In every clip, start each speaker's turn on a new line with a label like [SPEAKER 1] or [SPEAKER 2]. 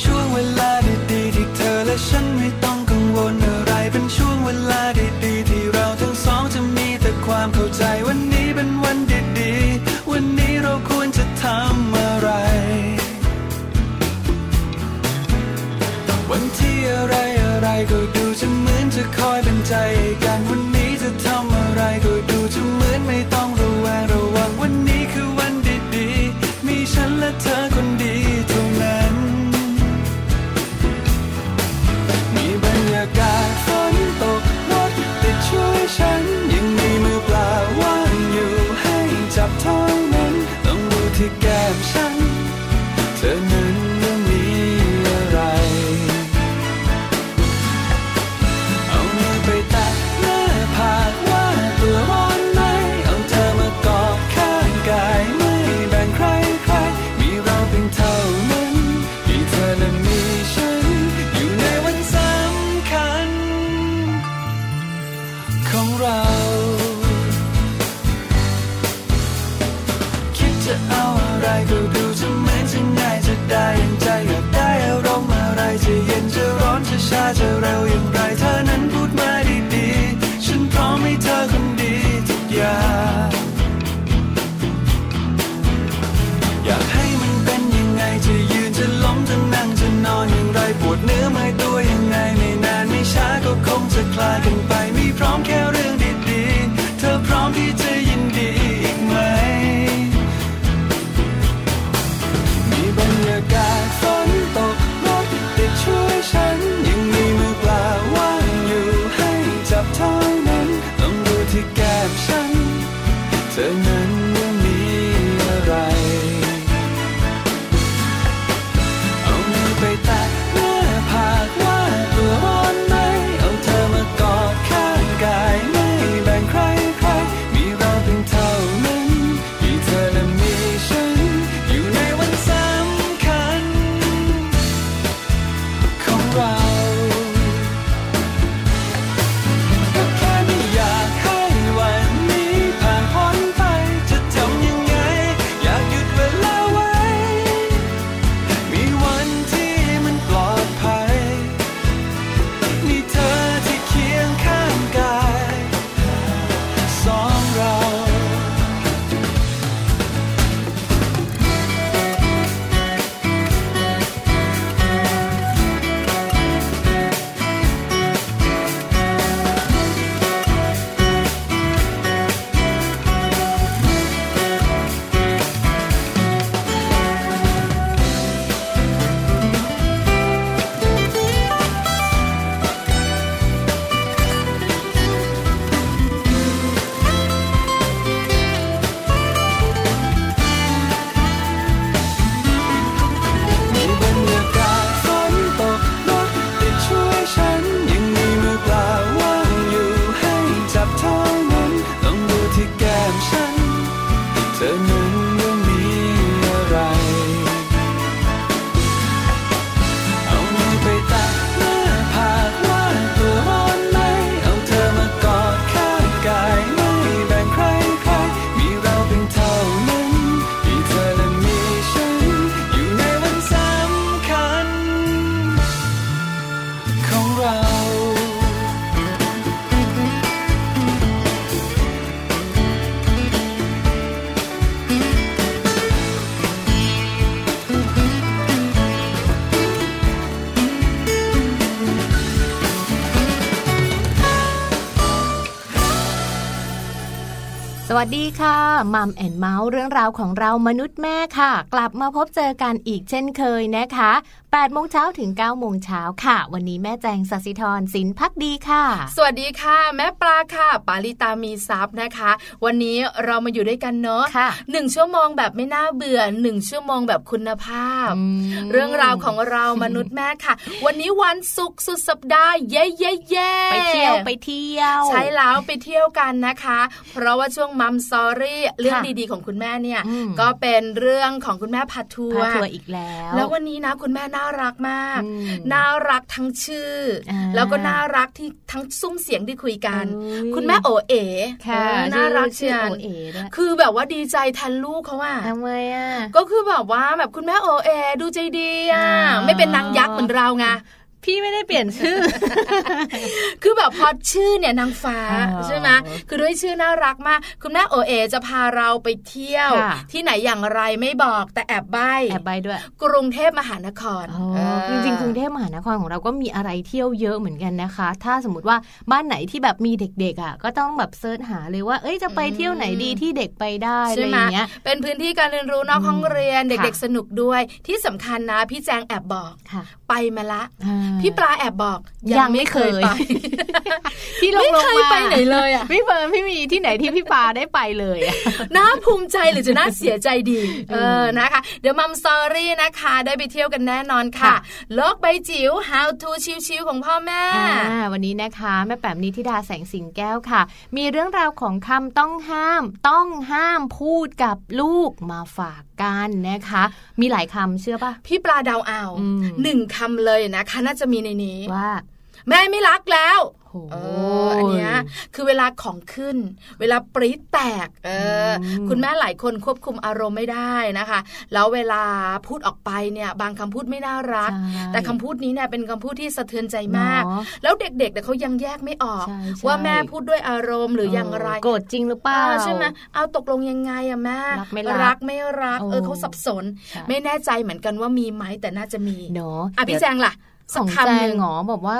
[SPEAKER 1] ช่วงเวลาดีๆที่เธอและฉันไม่ต้องกังวลอะไร เป็นช่วงเวลาดีๆที่เราทั้งสองจะมีแต่ความเข้าใจวันนี้เป็นวันดีๆ วันนี้เราควรจะทำอะไร วันที่อะไรอะไรๆก็ดูจะเหมือนจะคอยเป็นใจกันวันนี้จะทำอะไรก็ดูจะเหมือนไม่ต้องระแวงระวังวันนี้คือวันดีๆ มีฉันและเธอคนดีเท่านั้น มีบรรยากาศฝนตกรถติดช่วยฉัน ยังมีมือเปล่าว่างอยู่ให้จับเท่านั้นต้องดูที่แก้มฉัน เธอนั้นยังมีอะไร เอามือไปแตะหน้าผากว่าตัวร้อนไหมเอาเธอมากอดข้างกายไม่แบ่งใครใคร มีเราเพียงเท่านั้นมีเธอและมีฉัน อยู่ในวันสำคัญ ของเรา คิดจะเอาอะไรก็ดูจะเหมือนจะง่ายจะได้อย่างใจอยากได้อารมณ์อะไรจะเย็นจะร้อนจะชาจะเร็วอย่างไรเธอนั้นพูดมาดีๆ ฉันพร้อมให้เธอคนดีทุกอย่าง อยากให้มันเป็นยังไงจะยืนจะล้มจะนั่งจะนอนอย่างไรปวดเนื้อไม่ตัวยังไงไม่นานไม่ช้าก็คงจะคลายกันไปไม่พร้อมแค่เรื่องดีๆ เธอพร้อมที่จะยินดีอีกไหม มีบรรยากาศฝนตกรถติดช่วยฉัน ยังมีมือเปล่าว่างอยู่ให้จับเท่านั้นต้องดูที่แก้มฉัน เธอนั้นยังมีอะไร เอามือไปแตะหน้าผากว่าตัวร้อนไหม เอาเธอมากอดข้างกายไม่แบ่งใครใคร มีเราเพียงเท่านั้น มีเธอและมีฉัน อยู่ในวันสำคัญ ของเรา ก็แค่ไม่อยากให้วันนี้ผ่านพ้นไป จะทำยังไง อยากหยุดเวลาไว้ มีวันที่มันปลอดภัย มีเธอที่เคียงข้างกายสองเรา มีบรรยากาศฝนตกรถติดช่วยฉัน ยังมีมือเปล่าว่างอยู่ให้จับเท่านั้นต้องดูที่แก้มฉัน เธอนั้นยังมีอะไร เอามือไปแตะหน้าผากว่าตัวร้อนไหม เอาเธอมากอดข้างกายไม่แบ่งใครใคร มีเราเพียงเท่านั้น มีเธอและมีฉัน อยู่ในวันสำคัญ ของเรา
[SPEAKER 2] สวัสดีค่ะมัมแอนเมาส์เรื่องราวของเรามนุษย์แม่ค่ะ กลับมาพบเจอกันอีกเช่นเคยนะคะ8โมงเช้าถึง9โมงเช้าค่ะ วันนี้แม่แจงสัสิธรสินพักดีค่ะ
[SPEAKER 3] สวัสดีค่ะ แม่ปลาค่ะ ปาลิตามีซับนะคะ วันนี้เรามาอยู่ด้วยกันเนาะ
[SPEAKER 2] ค่ะ
[SPEAKER 3] หนึ่งชั่วโมงแบบไม่น่าเบื่อหนึ่งชั่วโมงแบบคุณภาพ เรื่องราวของเรามนุษย์แม่ค่ะ วันนี้วันศุกร์สุดสัปดาห์เย้เย้เย้
[SPEAKER 2] ไปเที่ ที่ยวไปเที่ยว
[SPEAKER 3] ใช่แล้วไปเที่ยวกันนะคะ เพราะว่าช่วงมัมซอรี่เรื่องดีๆของคุณแม่เนี่ย
[SPEAKER 2] อืม
[SPEAKER 3] ก็เป็นเรื่องของคุณแม่พัดทั
[SPEAKER 2] พาทัวร์อีกแล้ว
[SPEAKER 3] แล้ววันนี้นะคุณแม่น่ารักมาก
[SPEAKER 2] อืม
[SPEAKER 3] น่ารักทั้งชื่ออาแล้วก็น่ารักที่ทั้งซุ้มเสียงที่คุยกัน
[SPEAKER 2] อุ๊ย
[SPEAKER 3] คุณแม่โอเอ๋
[SPEAKER 2] ค่ะ
[SPEAKER 3] เออน่ารักเชี
[SPEAKER 2] ชื่อย ชื่
[SPEAKER 3] ว
[SPEAKER 2] อโอเอ๋ด้วย
[SPEAKER 3] คือแบบว่าดีใจแทนลูกเขาว่า
[SPEAKER 2] ทำไมอ่ะ
[SPEAKER 3] ก็คือแบบว่าแบบคุณแม่โอเอดูใจดีอ่ะ
[SPEAKER 2] อ๋อ
[SPEAKER 3] ไม่เป็นนางยักษ์เหมือนเราไง
[SPEAKER 2] พี่ไม่ได้เปลี่ยนชื่อ
[SPEAKER 3] คือแบบพอชื่อเนี่ยนางฟ้า
[SPEAKER 2] อ๋อ
[SPEAKER 3] ใช่ไหมคือด้วยชื่อน่ารักมาก คุณแม่โอเอจะพาเราไปเที่ยว
[SPEAKER 2] ค่ะ
[SPEAKER 3] ที่ไหนอย่างไรไม่บอกแต่แอบใบ
[SPEAKER 2] แอบใบด้วย
[SPEAKER 3] กรุงเทพมหานคร
[SPEAKER 2] อ๋อ
[SPEAKER 3] เออ
[SPEAKER 2] จริงๆกรุงเทพมหานครของเราก็มีอะไรเที่ยวเยอะเหมือนกันนะคะ ถ้าสมมติว่าบ้านไหนที่แบบมีเด็กๆอ่ะก็ต้องแบบเซิร์ชหาเลยว่าเอ้ยจะไปเที่ยวไหนดี
[SPEAKER 3] อืม
[SPEAKER 2] ที่เด็กไปได้อะ
[SPEAKER 3] ใช่
[SPEAKER 2] ไรอ
[SPEAKER 3] ไหม
[SPEAKER 2] ย่างเงี้ย
[SPEAKER 3] เป็นพื้นที่การเรียนรู้นอกห้องเรียน
[SPEAKER 2] ค่ะ
[SPEAKER 3] เด็กๆสนุกด้วย ที่สำคัญนะพี่แจงแอบบอก
[SPEAKER 2] ค่ะ
[SPEAKER 3] ไปมาละ
[SPEAKER 2] อ่า
[SPEAKER 3] พี่ปลาแอบบอก
[SPEAKER 2] ยังไม่เคย
[SPEAKER 3] ไป
[SPEAKER 2] ที่ลง
[SPEAKER 3] ไม่
[SPEAKER 2] ลง
[SPEAKER 3] เคย
[SPEAKER 2] มา
[SPEAKER 3] ไปไหน เลยอ่ะ
[SPEAKER 2] พี่เฟิร์นพี่มีที่ไหนที่พี่ปาได้ไปเลยอะ
[SPEAKER 3] น่าภูมิใจหรือจะน่าเสียใจดี เออ
[SPEAKER 2] ม
[SPEAKER 3] นะคะ เดี๋ยวมัม s อรี่นะคะ ได้ไปเที่ยวกันแน่นอนค่ะ
[SPEAKER 2] ค่ะ
[SPEAKER 3] โลกใบจิ๋ว how to ชิวๆของพ่อแม่
[SPEAKER 2] อ่าวันนี้นะคะแม่แปมนิธิดาแสงสิงแก้วค่ะ มีเรื่องราวของคำต้องห้าม ต้องห้ามพูดกับลูกมาฝากกันนะคะ มีหลายคำเชื่อปะ
[SPEAKER 3] พี่ปลาเดาวเอา
[SPEAKER 2] อืม
[SPEAKER 3] หนึ่งคำเลยนะคะ น่าจะมีในนี้
[SPEAKER 2] ว่า
[SPEAKER 3] แม่ไม่รักแล้ว
[SPEAKER 2] โห
[SPEAKER 3] เอออันเนี้ยคือเวลาของขึ้น เวลาปรี๊ดแตกเอออ
[SPEAKER 2] ม
[SPEAKER 3] คุณแม่หลายคนควบคุมอารมณ์ไม่ได้นะคะ แล้วเวลาพูดออกไปเนี่ยบางคำพูดไม่น่ารัก
[SPEAKER 2] ใช่
[SPEAKER 3] แต่คำพูดนี้เนี่ยเป็นคำพูดที่สะเทือนใจมาก
[SPEAKER 2] เนอะ
[SPEAKER 3] แล้วเด็กๆเนี่ยเขายังแยกไม่ออก
[SPEAKER 2] ใช่ใช่
[SPEAKER 3] ว่าแม่พูดด้วยอารมณ์หรืออย่างไร
[SPEAKER 2] โกรธจริงหรือเปล่า
[SPEAKER 3] เออใช่ไหมเอาตกลงยังไงอะแม่
[SPEAKER 2] รักไม่รัก
[SPEAKER 3] กไม่รัก เออ
[SPEAKER 2] โอ้
[SPEAKER 3] เขาสับสน
[SPEAKER 2] ใช่
[SPEAKER 3] ไม่แน่ใจเหมือนกันว่ามีไหมแต่น่าจะมี
[SPEAKER 2] เนาะ
[SPEAKER 3] อ่ะพี่แจงล่ะ
[SPEAKER 2] ข
[SPEAKER 3] สัก
[SPEAKER 2] องแจ
[SPEAKER 3] คำห
[SPEAKER 2] ง
[SPEAKER 3] นึ่ง
[SPEAKER 2] หงอบอกว่า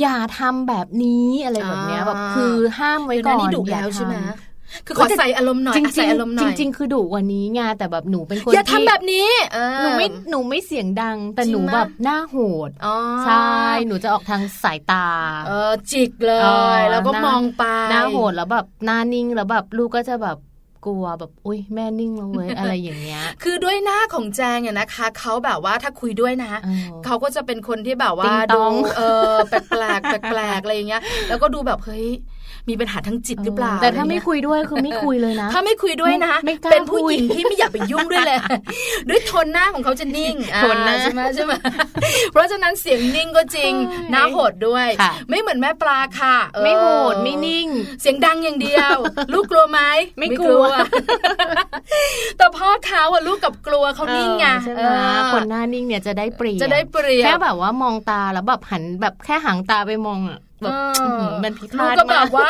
[SPEAKER 2] อย่าทำแบบนี้อะไรแบบเนี้ย
[SPEAKER 3] อ่า
[SPEAKER 2] แบบคือห้ามไว้
[SPEAKER 3] เดี๋ยวนะ
[SPEAKER 2] ก่อน
[SPEAKER 3] นี่ดุ
[SPEAKER 2] อย่า
[SPEAKER 3] แล้วใช่ไหม
[SPEAKER 2] ทำ
[SPEAKER 3] คือ
[SPEAKER 2] ก็
[SPEAKER 3] ขอ
[SPEAKER 2] จะ
[SPEAKER 3] ใส่อารมณ์หน่อย
[SPEAKER 2] จริง
[SPEAKER 3] อ่ะใส่อารมณ์หน่
[SPEAKER 2] จ
[SPEAKER 3] อ
[SPEAKER 2] ริ
[SPEAKER 3] ย
[SPEAKER 2] งๆคือดุกวันนี้ไงแต่แบบหนูเป็นคน
[SPEAKER 3] อย่าทำแบบนี้เออ
[SPEAKER 2] หนูไม่หนูไม่เสียงดัง แต่
[SPEAKER 3] จริง
[SPEAKER 2] หนู
[SPEAKER 3] มะ
[SPEAKER 2] แบบหน้าโหด
[SPEAKER 3] อ๋อ
[SPEAKER 2] ใช่หนูจะออกทางสายตา
[SPEAKER 3] เออจิกเล
[SPEAKER 2] เออย
[SPEAKER 3] แล้วก็
[SPEAKER 2] หน้าม ม
[SPEAKER 3] องไป
[SPEAKER 2] หน้าโหดแล้วแบบหน้านิ่งแล้วแบบลูกก็จะแบบกลัวแบบอุ้ยแม่นิ่งแล้วเว้ย อะไรอย่างเงี้ย
[SPEAKER 3] คือด้วยหน้าของแจงเนี่ยนะคะเขาแบบว่าถ้าคุยด้วยนะ
[SPEAKER 2] เออ
[SPEAKER 3] เขาก็จะเป็นคนที่แบบว่า
[SPEAKER 2] ติงต
[SPEAKER 3] ดู
[SPEAKER 2] อง
[SPEAKER 3] เออแปลกแปลกๆแปลกๆอะไรอย่างเงี้ย แล้วก็ดูแบบเฮ้ยมีปัญหาทางจิตหรือเปล่า
[SPEAKER 2] แต่ถ้าไม่
[SPEAKER 3] อะรเงี้
[SPEAKER 2] คุยด้วยคือไม่คุยเลยนะ
[SPEAKER 3] ยถ้าไม่คุยด้วยนะ
[SPEAKER 2] ไม่กล้า
[SPEAKER 3] เป็นผู้
[SPEAKER 2] คุ
[SPEAKER 3] ห
[SPEAKER 2] ย
[SPEAKER 3] ญิงที่ไม่อยากไปยุ่ง ด้วยเลย ด้วยโทนหน้าของเขาจะนิ่งอ่
[SPEAKER 2] โทนหน้า
[SPEAKER 3] ใช่ไหมใช่ไหม เพราะฉะนั้นเสียงนิ่งก็จริง
[SPEAKER 2] ใช่
[SPEAKER 3] หน้าโหดด้วย
[SPEAKER 2] ค่ะ
[SPEAKER 3] ไม่เหมือนแม่ปลาค่ะเออ
[SPEAKER 2] ไม่โหดไม่นิ่ง
[SPEAKER 3] เสียงดังอย่างเดียว ลูกกลัวไหม
[SPEAKER 2] ไม่กลัว
[SPEAKER 3] แต่พ่อเขาอะลูกกับกลัวเขานิ่งไง
[SPEAKER 2] ใช่ไหม
[SPEAKER 3] เออ
[SPEAKER 2] คนหน้านิ่งเนี่ยจะได้เปรียบ
[SPEAKER 3] จะได้เปรียบ
[SPEAKER 2] แค่แบบว่ามองตาแล้วแบบหันแบบแค่หางตาไปมองอ่ะแบบ
[SPEAKER 3] เอ
[SPEAKER 2] อื้อ
[SPEAKER 3] อ
[SPEAKER 2] หือมันพิ
[SPEAKER 3] ลู
[SPEAKER 2] ฆาก ต
[SPEAKER 3] ก็แบ
[SPEAKER 2] มาก
[SPEAKER 3] บว่า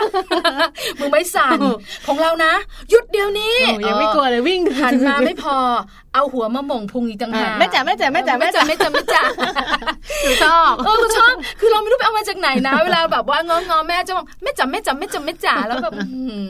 [SPEAKER 3] มึงไม่ สั่น ของเรานะ หยุดเดี๋ยวนี้
[SPEAKER 2] โอ้ยังไม่กลัวเลยวิ่ง
[SPEAKER 3] เออหันมา ไม่พอ เอาหัวมาหม่งพุงอีกต่างหาก
[SPEAKER 2] แม่จ๋าแม่จ๋าแม่จ๋า
[SPEAKER 3] ไม่จ๋าไม่จ๋าไม่ จ๋า
[SPEAKER 2] หนูช อบ
[SPEAKER 3] เออชอบ คือเราไม่รู้ไปเอามาจากไหนนะ เวลาแบบว่างองอๆแม่จะบอกแม่จ๋าแม่จ๋าแม่จ๋าแม่จ๋าแล้วแบบอื้อหื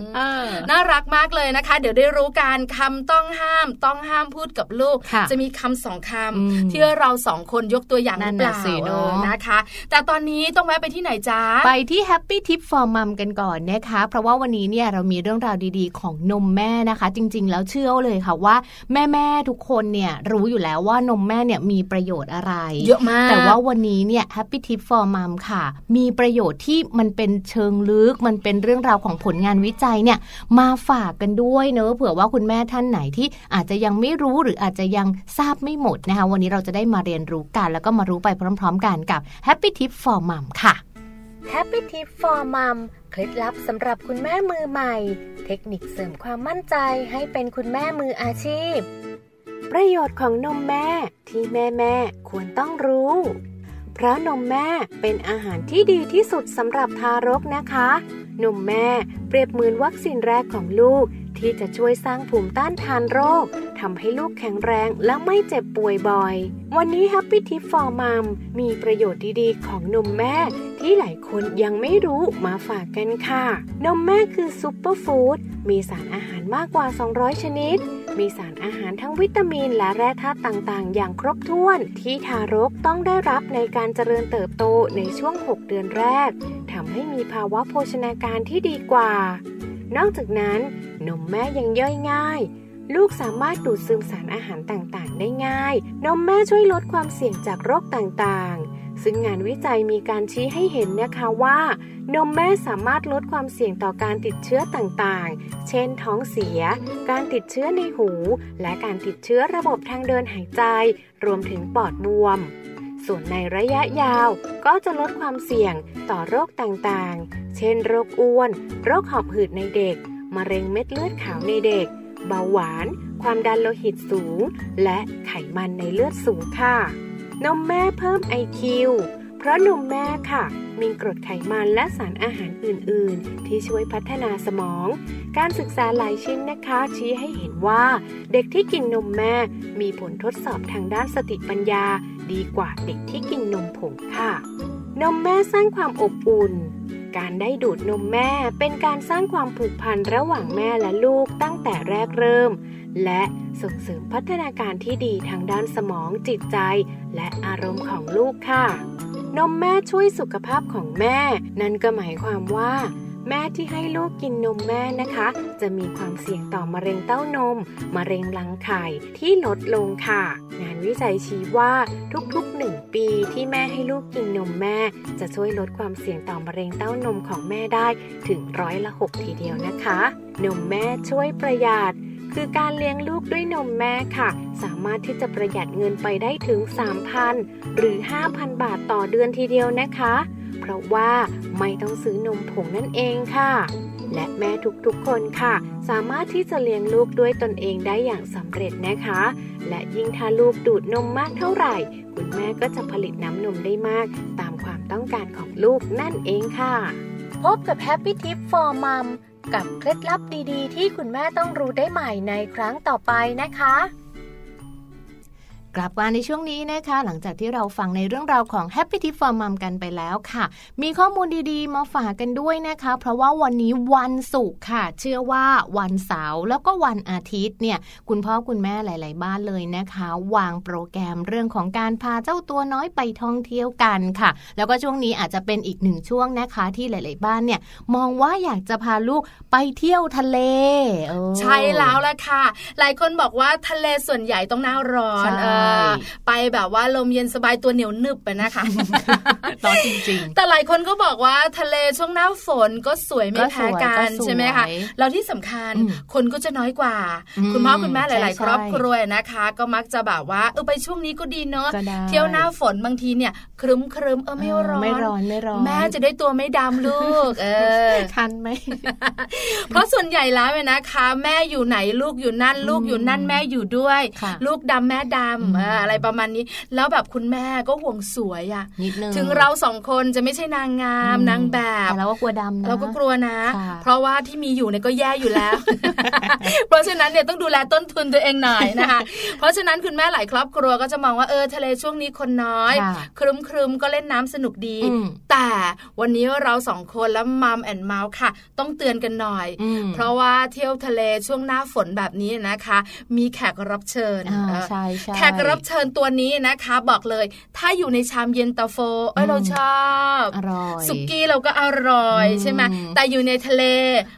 [SPEAKER 3] อ
[SPEAKER 2] เออ
[SPEAKER 3] น่ารักมากเลยนะคะ เดี๋ยวได้รู้การคำต้องห้าม ต้องห้ามพูดกับลูก
[SPEAKER 2] ค่ะ
[SPEAKER 3] จะมีคำสองค
[SPEAKER 2] อืม
[SPEAKER 3] ำที่เราสองคนยกตัวอย่างห
[SPEAKER 2] นั่
[SPEAKER 3] รือเป
[SPEAKER 2] นน่ะ
[SPEAKER 3] ล่า
[SPEAKER 2] สิเนอะ
[SPEAKER 3] เออนะคะ แต่ตอนนี้ต้องแวะไปที่ไหนจ้า
[SPEAKER 2] ไปที่ Happy Tip for Mom กันก่อนนะคะ เพราะว่าวันนี้เนี่ยเรามีเรื่องราวดีๆ ของนมแม่นะคะ จริง ๆ แล้วเชื่อเลยค่ะว่าแม่ๆทุกคนเนี่ยรู้อยู่แล้วว่านมแม่เนี่ยมีประโยชน์อะไร
[SPEAKER 3] เยอะมาก
[SPEAKER 2] แต่ว่าวันนี้เนี่ย Happy Tip for Mom ค่ะ มีประโยชน์ที่มันเป็นเชิงลึก มันเป็นเรื่องราวของผลงานวิจัยเนี่ย มาฝากกันด้วยเนอะเผื่อว่าคุณแม่ท่านไหนที่อาจจะยังไม่รู้หรืออาจจะยังทราบไม่หมดนะคะ วันนี้เราจะได้มาเรียนรู้กัน แล้วก็มารู้ไปพร้อม ๆ กันกับ Happy Tip for Mom ค่ะ
[SPEAKER 4] Happy Tip for Mom เคล็ดลับสำหรับคุณแม่มือใหม่ เทคนิคเสริมความมั่นใจให้เป็นคุณแม่มืออาชีพ ประโยชน์ของนมแม่ที่แม่แม่ๆควรต้องรู้ เพราะนมแม่เป็นอาหารที่ดีที่สุดสำหรับทารกนะคะ นมแม่เปรียบเหมือนวัคซีนแรกของลูก ที่จะช่วยสร้างภูมิต้านทานโรคทำให้ลูกแข็งแรงและไม่เจ็บป่วยบ่อย วันนี้ Happy Tip for Mom มีประโยชน์ดีๆ ของนมแม่ ที่หลายคนยังไม่รู้มาฝากกันค่ะ นมแม่คือซูเปอร์ฟู้ดมีสารอาหารมากกว่า 200 ชนิด มีสารอาหารทั้งวิตามินและแร่ธาตุต่างๆ อย่างครบถ้วน ที่ทารกต้องได้รับในการเจริญเติบโตในช่วง 6 เดือนแรกทำให้มีภาวะโภชนาการที่ดีกว่า นอกจากนั้นนมแม่ยังย่อยง่าย ลูกสามารถดูดซึมสารอาหารต่างๆ ได้ง่าย นมแม่ช่วยลดความเสี่ยงจากโรคต่างๆ ซึ่งงานวิจัยมีการชี้ให้เห็นนะคะว่า นมแม่สามารถลดความเสี่ยงต่อการติดเชื้อต่างๆ เช่นท้องเสีย การติดเชื้อในหู และการติดเชื้อระบบทางเดินหายใจ รวมถึงปอดบวม ส่วนในระยะยาวก็จะลดความเสี่ยงต่อโรคต่างๆ เช่นโรคอ้วน โรคหอบหืดในเด็ก มะเร็งเม็ดเลือดขาวในเด็ก เบาหวาน ความดันโลหิตสูง และไขมันในเลือดสูงค่ะ นมแม่เพิ่ม IQ เพราะนมแม่ค่ะ มีกรดไขมันและสารอาหารอื่น ๆ ที่ช่วยพัฒนาสมอง การศึกษาหลายชิ้นนะคะ ชี้ให้เห็นว่า เด็กที่กินนมแม่ มีผลทดสอบทางด้านสติปัญญา ดีกว่าเด็กที่กินนมผงค่ะ นมแม่สร้างความอบอุ่น การได้ดูดนมแม่เป็นการสร้างความผูกพันระหว่างแม่และลูกตั้งแต่แรกเริ่ม และส่งเสริมพัฒนาการที่ดีทางด้านสมองจิตใจ และอารมณ์ของลูกค่ะ นมแม่ช่วยสุขภาพของแม่ นั่นก็หมายความว่า แม่ที่ให้ลูกกินนมแม่นะคะ จะมีความเสี่ยงต่อมะเร็งเต้านม มะเร็งรังไข่ที่ลดลงค่ะ งานวิจัยชี้ว่าทุกๆ 1 ปีที่แม่ให้ลูกกินนมแม่ จะช่วยลดความเสี่ยงต่อมะเร็งเต้านมของแม่ได้ถึงร้อยละ 6 ทีเดียวนะคะ นมแม่ช่วยประหยัด คือการเลี้ยงลูกด้วยนมแม่ค่ะ สามารถที่จะประหยัดเงินไปได้ถึง 3,000 หรือ 5,000 บาทต่อเดือนทีเดียวนะคะ เพราะว่าไม่ต้องซื้อนมผงนั่นเองค่ะ และแม่ทุกๆคนค่ะ สามารถที่จะเลี้ยงลูกด้วยตนเองได้อย่างสำเร็จนะคะ และยิ่งถ้าลูกดูดนมมากเท่าไหร่ คุณแม่ก็จะผลิตน้ำนมได้มาก ตามความต้องการของลูกนั่นเองค่ะ
[SPEAKER 2] พบกับแฮปปี้ทิปฟอร์มัม
[SPEAKER 4] กับเคล็ดลับดีๆ ที่คุณแม่ต้องรู้ได้ใหม่ในครั้งต่อไปนะคะ
[SPEAKER 2] กลับมาในช่วงนี้นะคะ หลังจากที่เราฟังในเรื่องราวของ Happy Tip for Mom กันไปแล้วค่ะ มีข้อมูลดีๆ มาฝากกันด้วยนะคะ เพราะว่าวันนี้วันศุกร์ค่ะ เชื่อว่าวันเสาร์แล้วก็วันอาทิตย์เนี่ย คุณพ่อคุณแม่หลาย ๆ บ้านเลยนะคะ วางโปรแกรมเรื่องของการพาเจ้าตัวน้อยไปท่องเที่ยวกันค่ะ แล้วก็ช่วงนี้อาจจะเป็นอีกหนึ่งช่วงนะคะ ที่หลาย ๆ บ้านเนี่ย มองว่าอยากจะพาลูกไปเที่ยวทะเลเออ
[SPEAKER 3] ใช่แล้วล่ะค่ะ หลายคนบอกว่าทะเลส่วนใหญ่ต้องหน้าร้อน
[SPEAKER 2] ใช่
[SPEAKER 3] เออไปแบบว่าลมเย็นสบายตัวเหนียวหนึบไปนะคะ
[SPEAKER 2] ร้อนจริง ๆ
[SPEAKER 3] แต่หลายคนก็บอกว่าทะเลช่วงหน้าฝนก็สวยไม่แพ้กั
[SPEAKER 2] ก็
[SPEAKER 3] น
[SPEAKER 2] สวยก็สวย
[SPEAKER 3] ใช่ไหมคะแล้วที่สำคัญ
[SPEAKER 2] อืม
[SPEAKER 3] คนก็จะน้อยกว่า
[SPEAKER 2] อืม
[SPEAKER 3] คุณพ่อคุณแม่ห
[SPEAKER 2] ใช่
[SPEAKER 3] ลาย ๆ
[SPEAKER 2] ใช่
[SPEAKER 3] ครอบครัวนะคะ ก็มักจะแบบว่าเออไปช่วงนี้ก็ดีเนอะ
[SPEAKER 2] ก็ได้
[SPEAKER 3] เที่ยวหน้าฝนบางทีเนี่ยครึ้มครึ้มๆเออไม่ร้อน
[SPEAKER 2] ไม่ร้อนไม่ร้อน
[SPEAKER 3] แม่จะได้ตัวไม่ดำลูก เออ
[SPEAKER 2] ทันไหม
[SPEAKER 3] เพราะส่วนใหญ่แล้วเนี่ยนะคะ แม่อยู่ไหนลูกอยู่นั่น ลูกอยู่นั่นแม่อยู่ด้วย
[SPEAKER 2] ค่ะ
[SPEAKER 3] ลูกดำแม่ดำเอออะไรประมาณนี้ แล้วแบบคุณแม่ก็ห่วงสวยอะ
[SPEAKER 2] นิดนึง
[SPEAKER 3] ถึงเราสองคนจะไม่ใช่นางงาม
[SPEAKER 2] อืม
[SPEAKER 3] นางแบบ
[SPEAKER 2] แต่เราก็กลัวดำนะ
[SPEAKER 3] เราก็กลัวนะ
[SPEAKER 2] ค่ะ
[SPEAKER 3] เพราะว่าที่มีอยู่เนี่ยก็แย่อยู่ แล้ว เพราะฉะนั้นเนี่ยต้องดูแลต้นทุนตัวเองหน่อยนะคะ เพราะฉะนั้นคุณแม่หลายครอบครัวก็จะมองว่าเออทะเลช่วงนี้คนน้อย
[SPEAKER 2] ค่ะ
[SPEAKER 3] ครึมๆก็เล่นน้ำสนุกดี
[SPEAKER 2] อืม
[SPEAKER 3] แต่วันนี้เราสองคนและมัมแอนเมาส์ค่ะ ต้องเตือนกันหน่อย
[SPEAKER 2] อืม
[SPEAKER 3] เพราะว่าเที่ยวทะเลช่วงหน้าฝนแบบนี้นะคะ มีแขกรับเชิญ
[SPEAKER 2] อ่า
[SPEAKER 3] เออ
[SPEAKER 2] ใช่ใช่
[SPEAKER 3] แขกรับเชิญตัวนี้นะคะ บอกเลย ถ้าอยู่ในชามเย็นตาโฟเอ้ย
[SPEAKER 2] อืม
[SPEAKER 3] เราชอบ
[SPEAKER 2] อร่อย
[SPEAKER 3] สุกี้เราก็อร่อย
[SPEAKER 2] อืม
[SPEAKER 3] ใช่ไหมแต่อยู่ในทะเล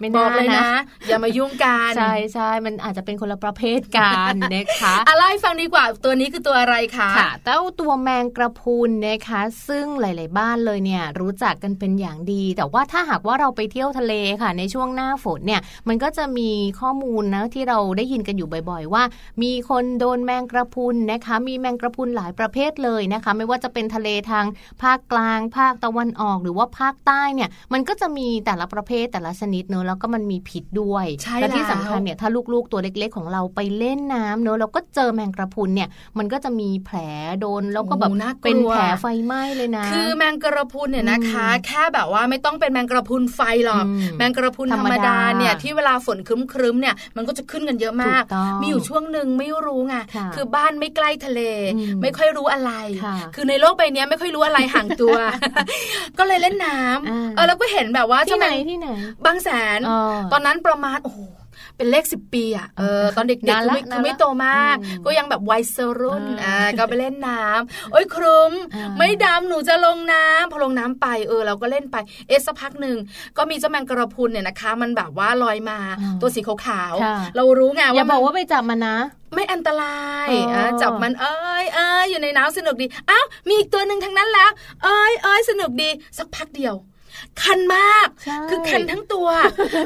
[SPEAKER 2] ไม่น่า
[SPEAKER 3] บอกเลยนะ
[SPEAKER 2] นะ
[SPEAKER 3] อย่ามายุ่งกัน
[SPEAKER 2] ใช่ใช่มันอาจจะเป็นคนละประเภท กันนะคะ
[SPEAKER 3] อะไรฟังดีกว่าตัวนี้คือตัวอะไรคะ
[SPEAKER 2] ค่ะเต้าตัวแมงกระพรุนนะคะ ซึ่งหลาย ๆ บ้านเลยเนี่ยรู้จักกันเป็นอย่างดี แต่ว่าถ้าหากว่าเราไปเที่ยวทะเลค่ะ ในช่วงหน้าฝนเนี่ย มันก็จะมีข้อมูลนะที่เราได้ยินกันอยู่บ่อย ๆ ว่า มีคนโดนแมงกระพรุนนะคะ มีแมงกระพรุนหลายประเภทเลยนะคะ ไม่ว่าจะเป็นทะเลทางภาคกลาง ภาคตะวันออกหรือว่าภาคใต้เนี่ย มันก็จะมีแต่ละประเภทแต่ละชนิดเนอะแล้วก็มันมีพิษด้วย
[SPEAKER 3] ใช่
[SPEAKER 2] และที่
[SPEAKER 3] แล้ว
[SPEAKER 2] สำคัญเนี่ย เนี่ยถ้าลูกๆ ตัวเล็กๆ ของเราไปเล่นน้ำเนอะเราก็เจอแมงกระพรุนเนี่ย มันก็จะมีแผลโดนแล้วก็แบบ
[SPEAKER 3] โอ้โหน่ากลัว
[SPEAKER 2] เป็นแผลไฟไหม้เลยนะ
[SPEAKER 3] คือแมงกระพรุนเนี่ยนะคะ
[SPEAKER 2] อืม
[SPEAKER 3] แค่แบบว่าไม่ต้องเป็นแมงกระพรุนไฟหรอก
[SPEAKER 2] อืม
[SPEAKER 3] แมงกระพรุนธรรม
[SPEAKER 2] ธรรม
[SPEAKER 3] ดา
[SPEAKER 2] ดา
[SPEAKER 3] เนี่ยที่เวลาฝนครึ้มๆเนี่ยมันก็จะขึ้นกันเยอะมาก
[SPEAKER 2] ถูกต้อง
[SPEAKER 3] มีอยู่ช่วงหนึ่งไม่รู้ไง
[SPEAKER 2] ค่ะ
[SPEAKER 3] อบ้านไม่ใกล้ทะเล
[SPEAKER 2] อืม
[SPEAKER 3] ไม่ค่อยรู้อะไร
[SPEAKER 2] ค่ะ
[SPEAKER 3] คือในโลกใบเนี้ยไม่ค่อยรู้อะไรห่างตัว ก็เลยเล่นน้ำ
[SPEAKER 2] อ่า
[SPEAKER 3] เออแล้วก็เห็นแบบว่าเจ้า
[SPEAKER 2] ที่
[SPEAKER 3] แม
[SPEAKER 2] ไหน
[SPEAKER 3] ง
[SPEAKER 2] ที่ไหน
[SPEAKER 3] บางแสน
[SPEAKER 2] เออ
[SPEAKER 3] ตอนนั้นประมาณโอ้โห เป็นเลขสิบปีอ่ะเออตอนเด็กๆ
[SPEAKER 2] นานละ
[SPEAKER 3] คือไม่
[SPEAKER 2] นานละ
[SPEAKER 3] คือไม่โตมาก
[SPEAKER 2] อืม
[SPEAKER 3] ก็ยังแบบวัยเซรุ่น
[SPEAKER 2] อ่า
[SPEAKER 3] อ่าก็ไปเล่นน้ำโอ้ยครุม
[SPEAKER 2] อ่า
[SPEAKER 3] ไม่ดำหนูจะลงน้ำพอลงน้ำไปเออเราก็เล่นไปเอะสักพักหนึ่งก็มีเจ้าแมงกระพรุนเนี่ยนะคะ มันแบบว่าลอยมาตัวสีขาว
[SPEAKER 2] ค่ะ
[SPEAKER 3] ๆเรารู้ไง
[SPEAKER 2] อย่า
[SPEAKER 3] ว่ามั
[SPEAKER 2] บอน กว่าไปจับมันนะ
[SPEAKER 3] ไม่อันตราย
[SPEAKER 2] อ๋ออ่
[SPEAKER 3] ะจับมันเอ้ยเอ้ยอยู่ในน้ำสนุกดีอ้าวมีอีกตัวหนึ่งทางนั้นแล้ว เอ้ยเอ้ยสนุกดีสักพักเดียว คันมาก
[SPEAKER 2] ใช่
[SPEAKER 3] คือคันทั้งตัว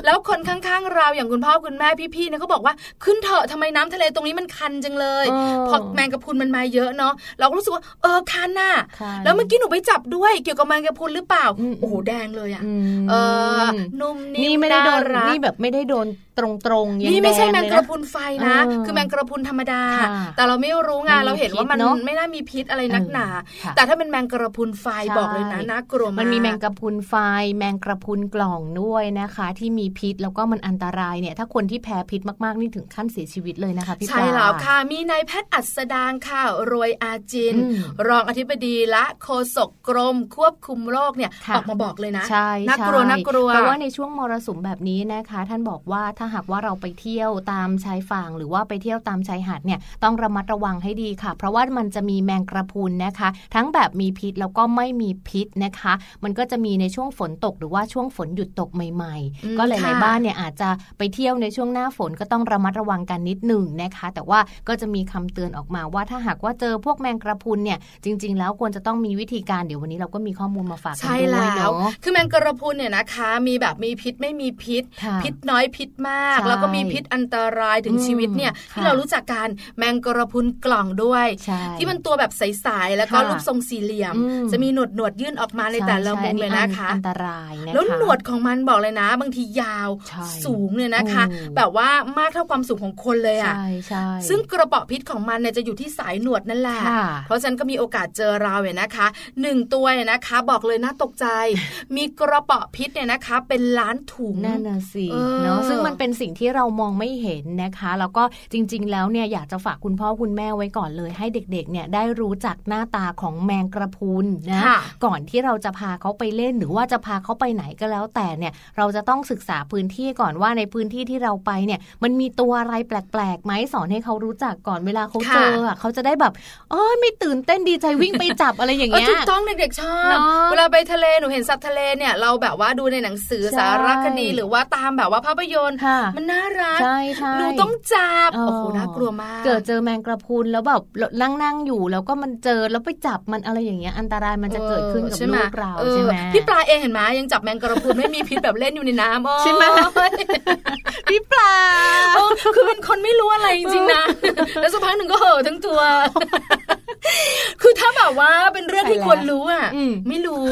[SPEAKER 3] แล้วคนข้างๆเราอย่างคุณพ่อคุณแม่พี่ๆเนี่ยเขาบอกว่าขึ้นเถอะทำไมน้ำทะเลตรงนี้มันคันจังเลย
[SPEAKER 2] เ
[SPEAKER 3] พอแมงกะพรุนมันมาเยอะเนาะเราก็รู้สึกว่าเออคันน่ะ
[SPEAKER 2] ค่ะ
[SPEAKER 3] แล้วเมื่อกี้หนูไปจับด้วยเกี่ยวกับแมงกะพรุนหรือเปล่า
[SPEAKER 2] อืม
[SPEAKER 3] โอ้โหแดงเลยอะ
[SPEAKER 2] อืม
[SPEAKER 3] เออนุ่มนิ่ม
[SPEAKER 2] นี่ไม่ได้โดนา
[SPEAKER 3] รัก
[SPEAKER 2] นี่แบบไม่ได้โดนตรงตรงๆยัง
[SPEAKER 3] นี่ไม่ใช่
[SPEAKER 2] ด
[SPEAKER 3] แมง
[SPEAKER 2] เลย
[SPEAKER 3] ก
[SPEAKER 2] นะ
[SPEAKER 3] ระพรุนไฟนะ
[SPEAKER 2] เออ
[SPEAKER 3] คือแมงกระพรุนธรรมดา
[SPEAKER 2] ค่ะ
[SPEAKER 3] แต่เราไม่รู้ไง
[SPEAKER 2] มันมี
[SPEAKER 3] เราเห็นว่ามัน
[SPEAKER 2] พิษเนอะ
[SPEAKER 3] ไม่น่ามีพิษอะไรนักหนา
[SPEAKER 2] เออค่ะ
[SPEAKER 3] แต่ถ้าเป็นแมงกระพรุนไฟ
[SPEAKER 2] ใช่
[SPEAKER 3] บอกเลยนะน่ากลัวมาก
[SPEAKER 2] มันมีแมงกะพรุนไฟ แมงกระพรุนกล่องด้วยนะคะ ที่มีพิษแล้วก็มันอันตรายเนี่ย ถ้าคนที่แพ้พิษมากๆนี่ถึงขั้นเสียชีวิตเลยนะคะพี่ปลา
[SPEAKER 3] ใช่แล้วค่ะ มีนายแพทย์อัศดางค่ะ รวยอาจิน
[SPEAKER 2] อืม
[SPEAKER 3] รองอธิบดีและโฆษกกรมควบคุมโรคเนี่ย
[SPEAKER 2] ค่ะ
[SPEAKER 3] ออกมาบอกเลยนะ
[SPEAKER 2] ใช่
[SPEAKER 3] น่ากลัว
[SPEAKER 2] ใช่
[SPEAKER 3] น่ากลัว
[SPEAKER 2] เพราะว่าในช่วงมรสุมแบบนี้นะคะ ท่านบอกว่าถ้าหากว่าเราไปเที่ยวตามชายฝั่งหรือว่าไปเที่ยวตามชายหาดเนี่ยต้องระมัดระวังให้ดีค่ะ เพราะว่ามันจะมีแมงกระพรุนนะคะ ทั้งแบบมีพิษแล้วก็ไม่มีพิษนะคะ มันก็จะมีในช่วงฝนตกหรือว่าช่วงฝนหยุดตกใหม่
[SPEAKER 3] อืม
[SPEAKER 2] ๆ ก็หลาย
[SPEAKER 3] ค่ะ
[SPEAKER 2] ๆบ้านเนี่ยอาจจะไปเที่ยวในช่วงหน้าฝนก็ต้องระมัดระวังกันนิดหนึ่งนะคะ แต่ว่าก็จะมีคำเตือนออกมาว่าถ้าหากว่าเจอพวกแมงกระพรุนเนี่ยจริง ๆ แล้วควรจะต้องมีวิธีการเดี๋ยววันนี้เราก็มีข้อมูลมาฝากกัน
[SPEAKER 3] ใช่
[SPEAKER 2] ด้วย
[SPEAKER 3] แล้ว
[SPEAKER 2] เนาะ
[SPEAKER 3] คือแมงกระพรุนเนี่ยนะคะ มีแบบมีพิษไม่มีพิษ
[SPEAKER 2] ค่ะ
[SPEAKER 3] พิษน้อยพิษมาก
[SPEAKER 2] ใช่
[SPEAKER 3] แล้วก็มีพิษอันตรายถึง
[SPEAKER 2] อืม
[SPEAKER 3] ชีวิตเนี่ย
[SPEAKER 2] ค่ะ
[SPEAKER 3] ที่เรารู้จักกันแมงกระพรุนกล่องด้วย
[SPEAKER 2] ใช่
[SPEAKER 3] ที่มันตัวแบบใสๆแล้วก็
[SPEAKER 2] ค่ะ
[SPEAKER 3] รูปทรงสี่เหลี่ยม
[SPEAKER 2] อืม
[SPEAKER 3] จะมีหนวดหนวดๆยื่นออกมาใน
[SPEAKER 2] ใช่
[SPEAKER 3] แต่ละ
[SPEAKER 2] ใช่
[SPEAKER 3] มุม
[SPEAKER 2] อั
[SPEAKER 3] เลยนะคะ
[SPEAKER 2] อันตรายนะคะ
[SPEAKER 3] แล้วหนวดของมันบอกเลยนะ บางทียาว
[SPEAKER 2] ใช่
[SPEAKER 3] สูงเลยนะคะ
[SPEAKER 2] อืม
[SPEAKER 3] แบบว่ามากเท่าความสูงของคนเลยอ่ะ
[SPEAKER 2] ใช่ใช่
[SPEAKER 3] ซึ่งกระเปาะพิษของมันเนี่ยจะอยู่ที่สายหนวดนั่นแหละ
[SPEAKER 2] ค่ะ
[SPEAKER 3] เพราะฉะนั้นก็มีโอกาสเจอเราเนี่ยนะคะหนึ่งตัวเนี่ยนะคะ บอกเลยน่าตก ใจ มีกระเปาะพิษเนี่ยนะคะ เป็นล้านถุง
[SPEAKER 2] นั่นน่ะสิ
[SPEAKER 3] เออ
[SPEAKER 2] เนาะซึ่งมันเป็นสิ่งที่เรามองไม่เห็นนะคะ แล้วก็จริง ๆ แล้วเนี่ยอยากจะฝากคุณพ่อคุณแม่ไว้ก่อนเลย ให้เด็กๆ เนี่ยได้รู้จักหน้าตาของแมงกระพรุนนะ
[SPEAKER 3] ค่ะ
[SPEAKER 2] ก่อนที่เราจะพาเขาไปเล่นหรือว่าจะพาเขาไปไหนก็แล้วแต่เนี่ยเราจะต้องศึกษาพื้นที่ก่อนว่าในพื้นที่ที่เราไปเนี่ยมันมีตัวอะไรแปลกๆไหมสอนให้เขารู้จักก่อนเวลาเขา
[SPEAKER 3] ค่ะ
[SPEAKER 2] เจออะเขาจะได้แบบเอ้ยไม่ตื่นเต้นดีใจวิ่งไปจับอะไรอย่าง
[SPEAKER 3] เออ
[SPEAKER 2] เงี้ย
[SPEAKER 3] ถูกต้องเด็กๆชอบ
[SPEAKER 2] เนอะ
[SPEAKER 3] เวลาไปทะเลหนูเห็นสัตว์ทะเลเนี่ย เราแบบว่าดูในหนังสือ
[SPEAKER 2] ใช่
[SPEAKER 3] สารคดีหรือว่าตามแบบว่าภาพยนตร์
[SPEAKER 2] ค่ะ
[SPEAKER 3] มันน่ารัก
[SPEAKER 2] ใช่ใช่
[SPEAKER 3] หนูต้องจับ
[SPEAKER 2] อ๋อ
[SPEAKER 3] โอ้โหน่ากลัวมาก
[SPEAKER 2] เกิดเจอแมงกระพรุนแล้วแบบนั่งนั่งๆอยู่แล้วก็มันเจอแล้วไปจับมันอะไรอย่างเงี้ยอันตรายมันจะเกิดขึ้นกับ
[SPEAKER 3] ใช่ไหม
[SPEAKER 2] ลูกเรา
[SPEAKER 3] ออ
[SPEAKER 2] ใช่ไหม
[SPEAKER 3] พี่ปลาเองเห็นไหมยังจับแมงกระพรุนไม่มีพิษแบบเล่นอยู่ในน้ำโอ้ย
[SPEAKER 2] ใช่ไหม พี่ปลา
[SPEAKER 3] เออคือเป็นคนไม่รู้อะไรจริงๆนะ แล้วสักพักหนึ่งก็เห่อทั้งตัว คือถ้าแบบว่าเป็นเรื่องที่
[SPEAKER 2] ใช่แล้
[SPEAKER 3] คว
[SPEAKER 2] ว
[SPEAKER 3] รรู้อ่ะ
[SPEAKER 2] อืม
[SPEAKER 3] ไม่รู้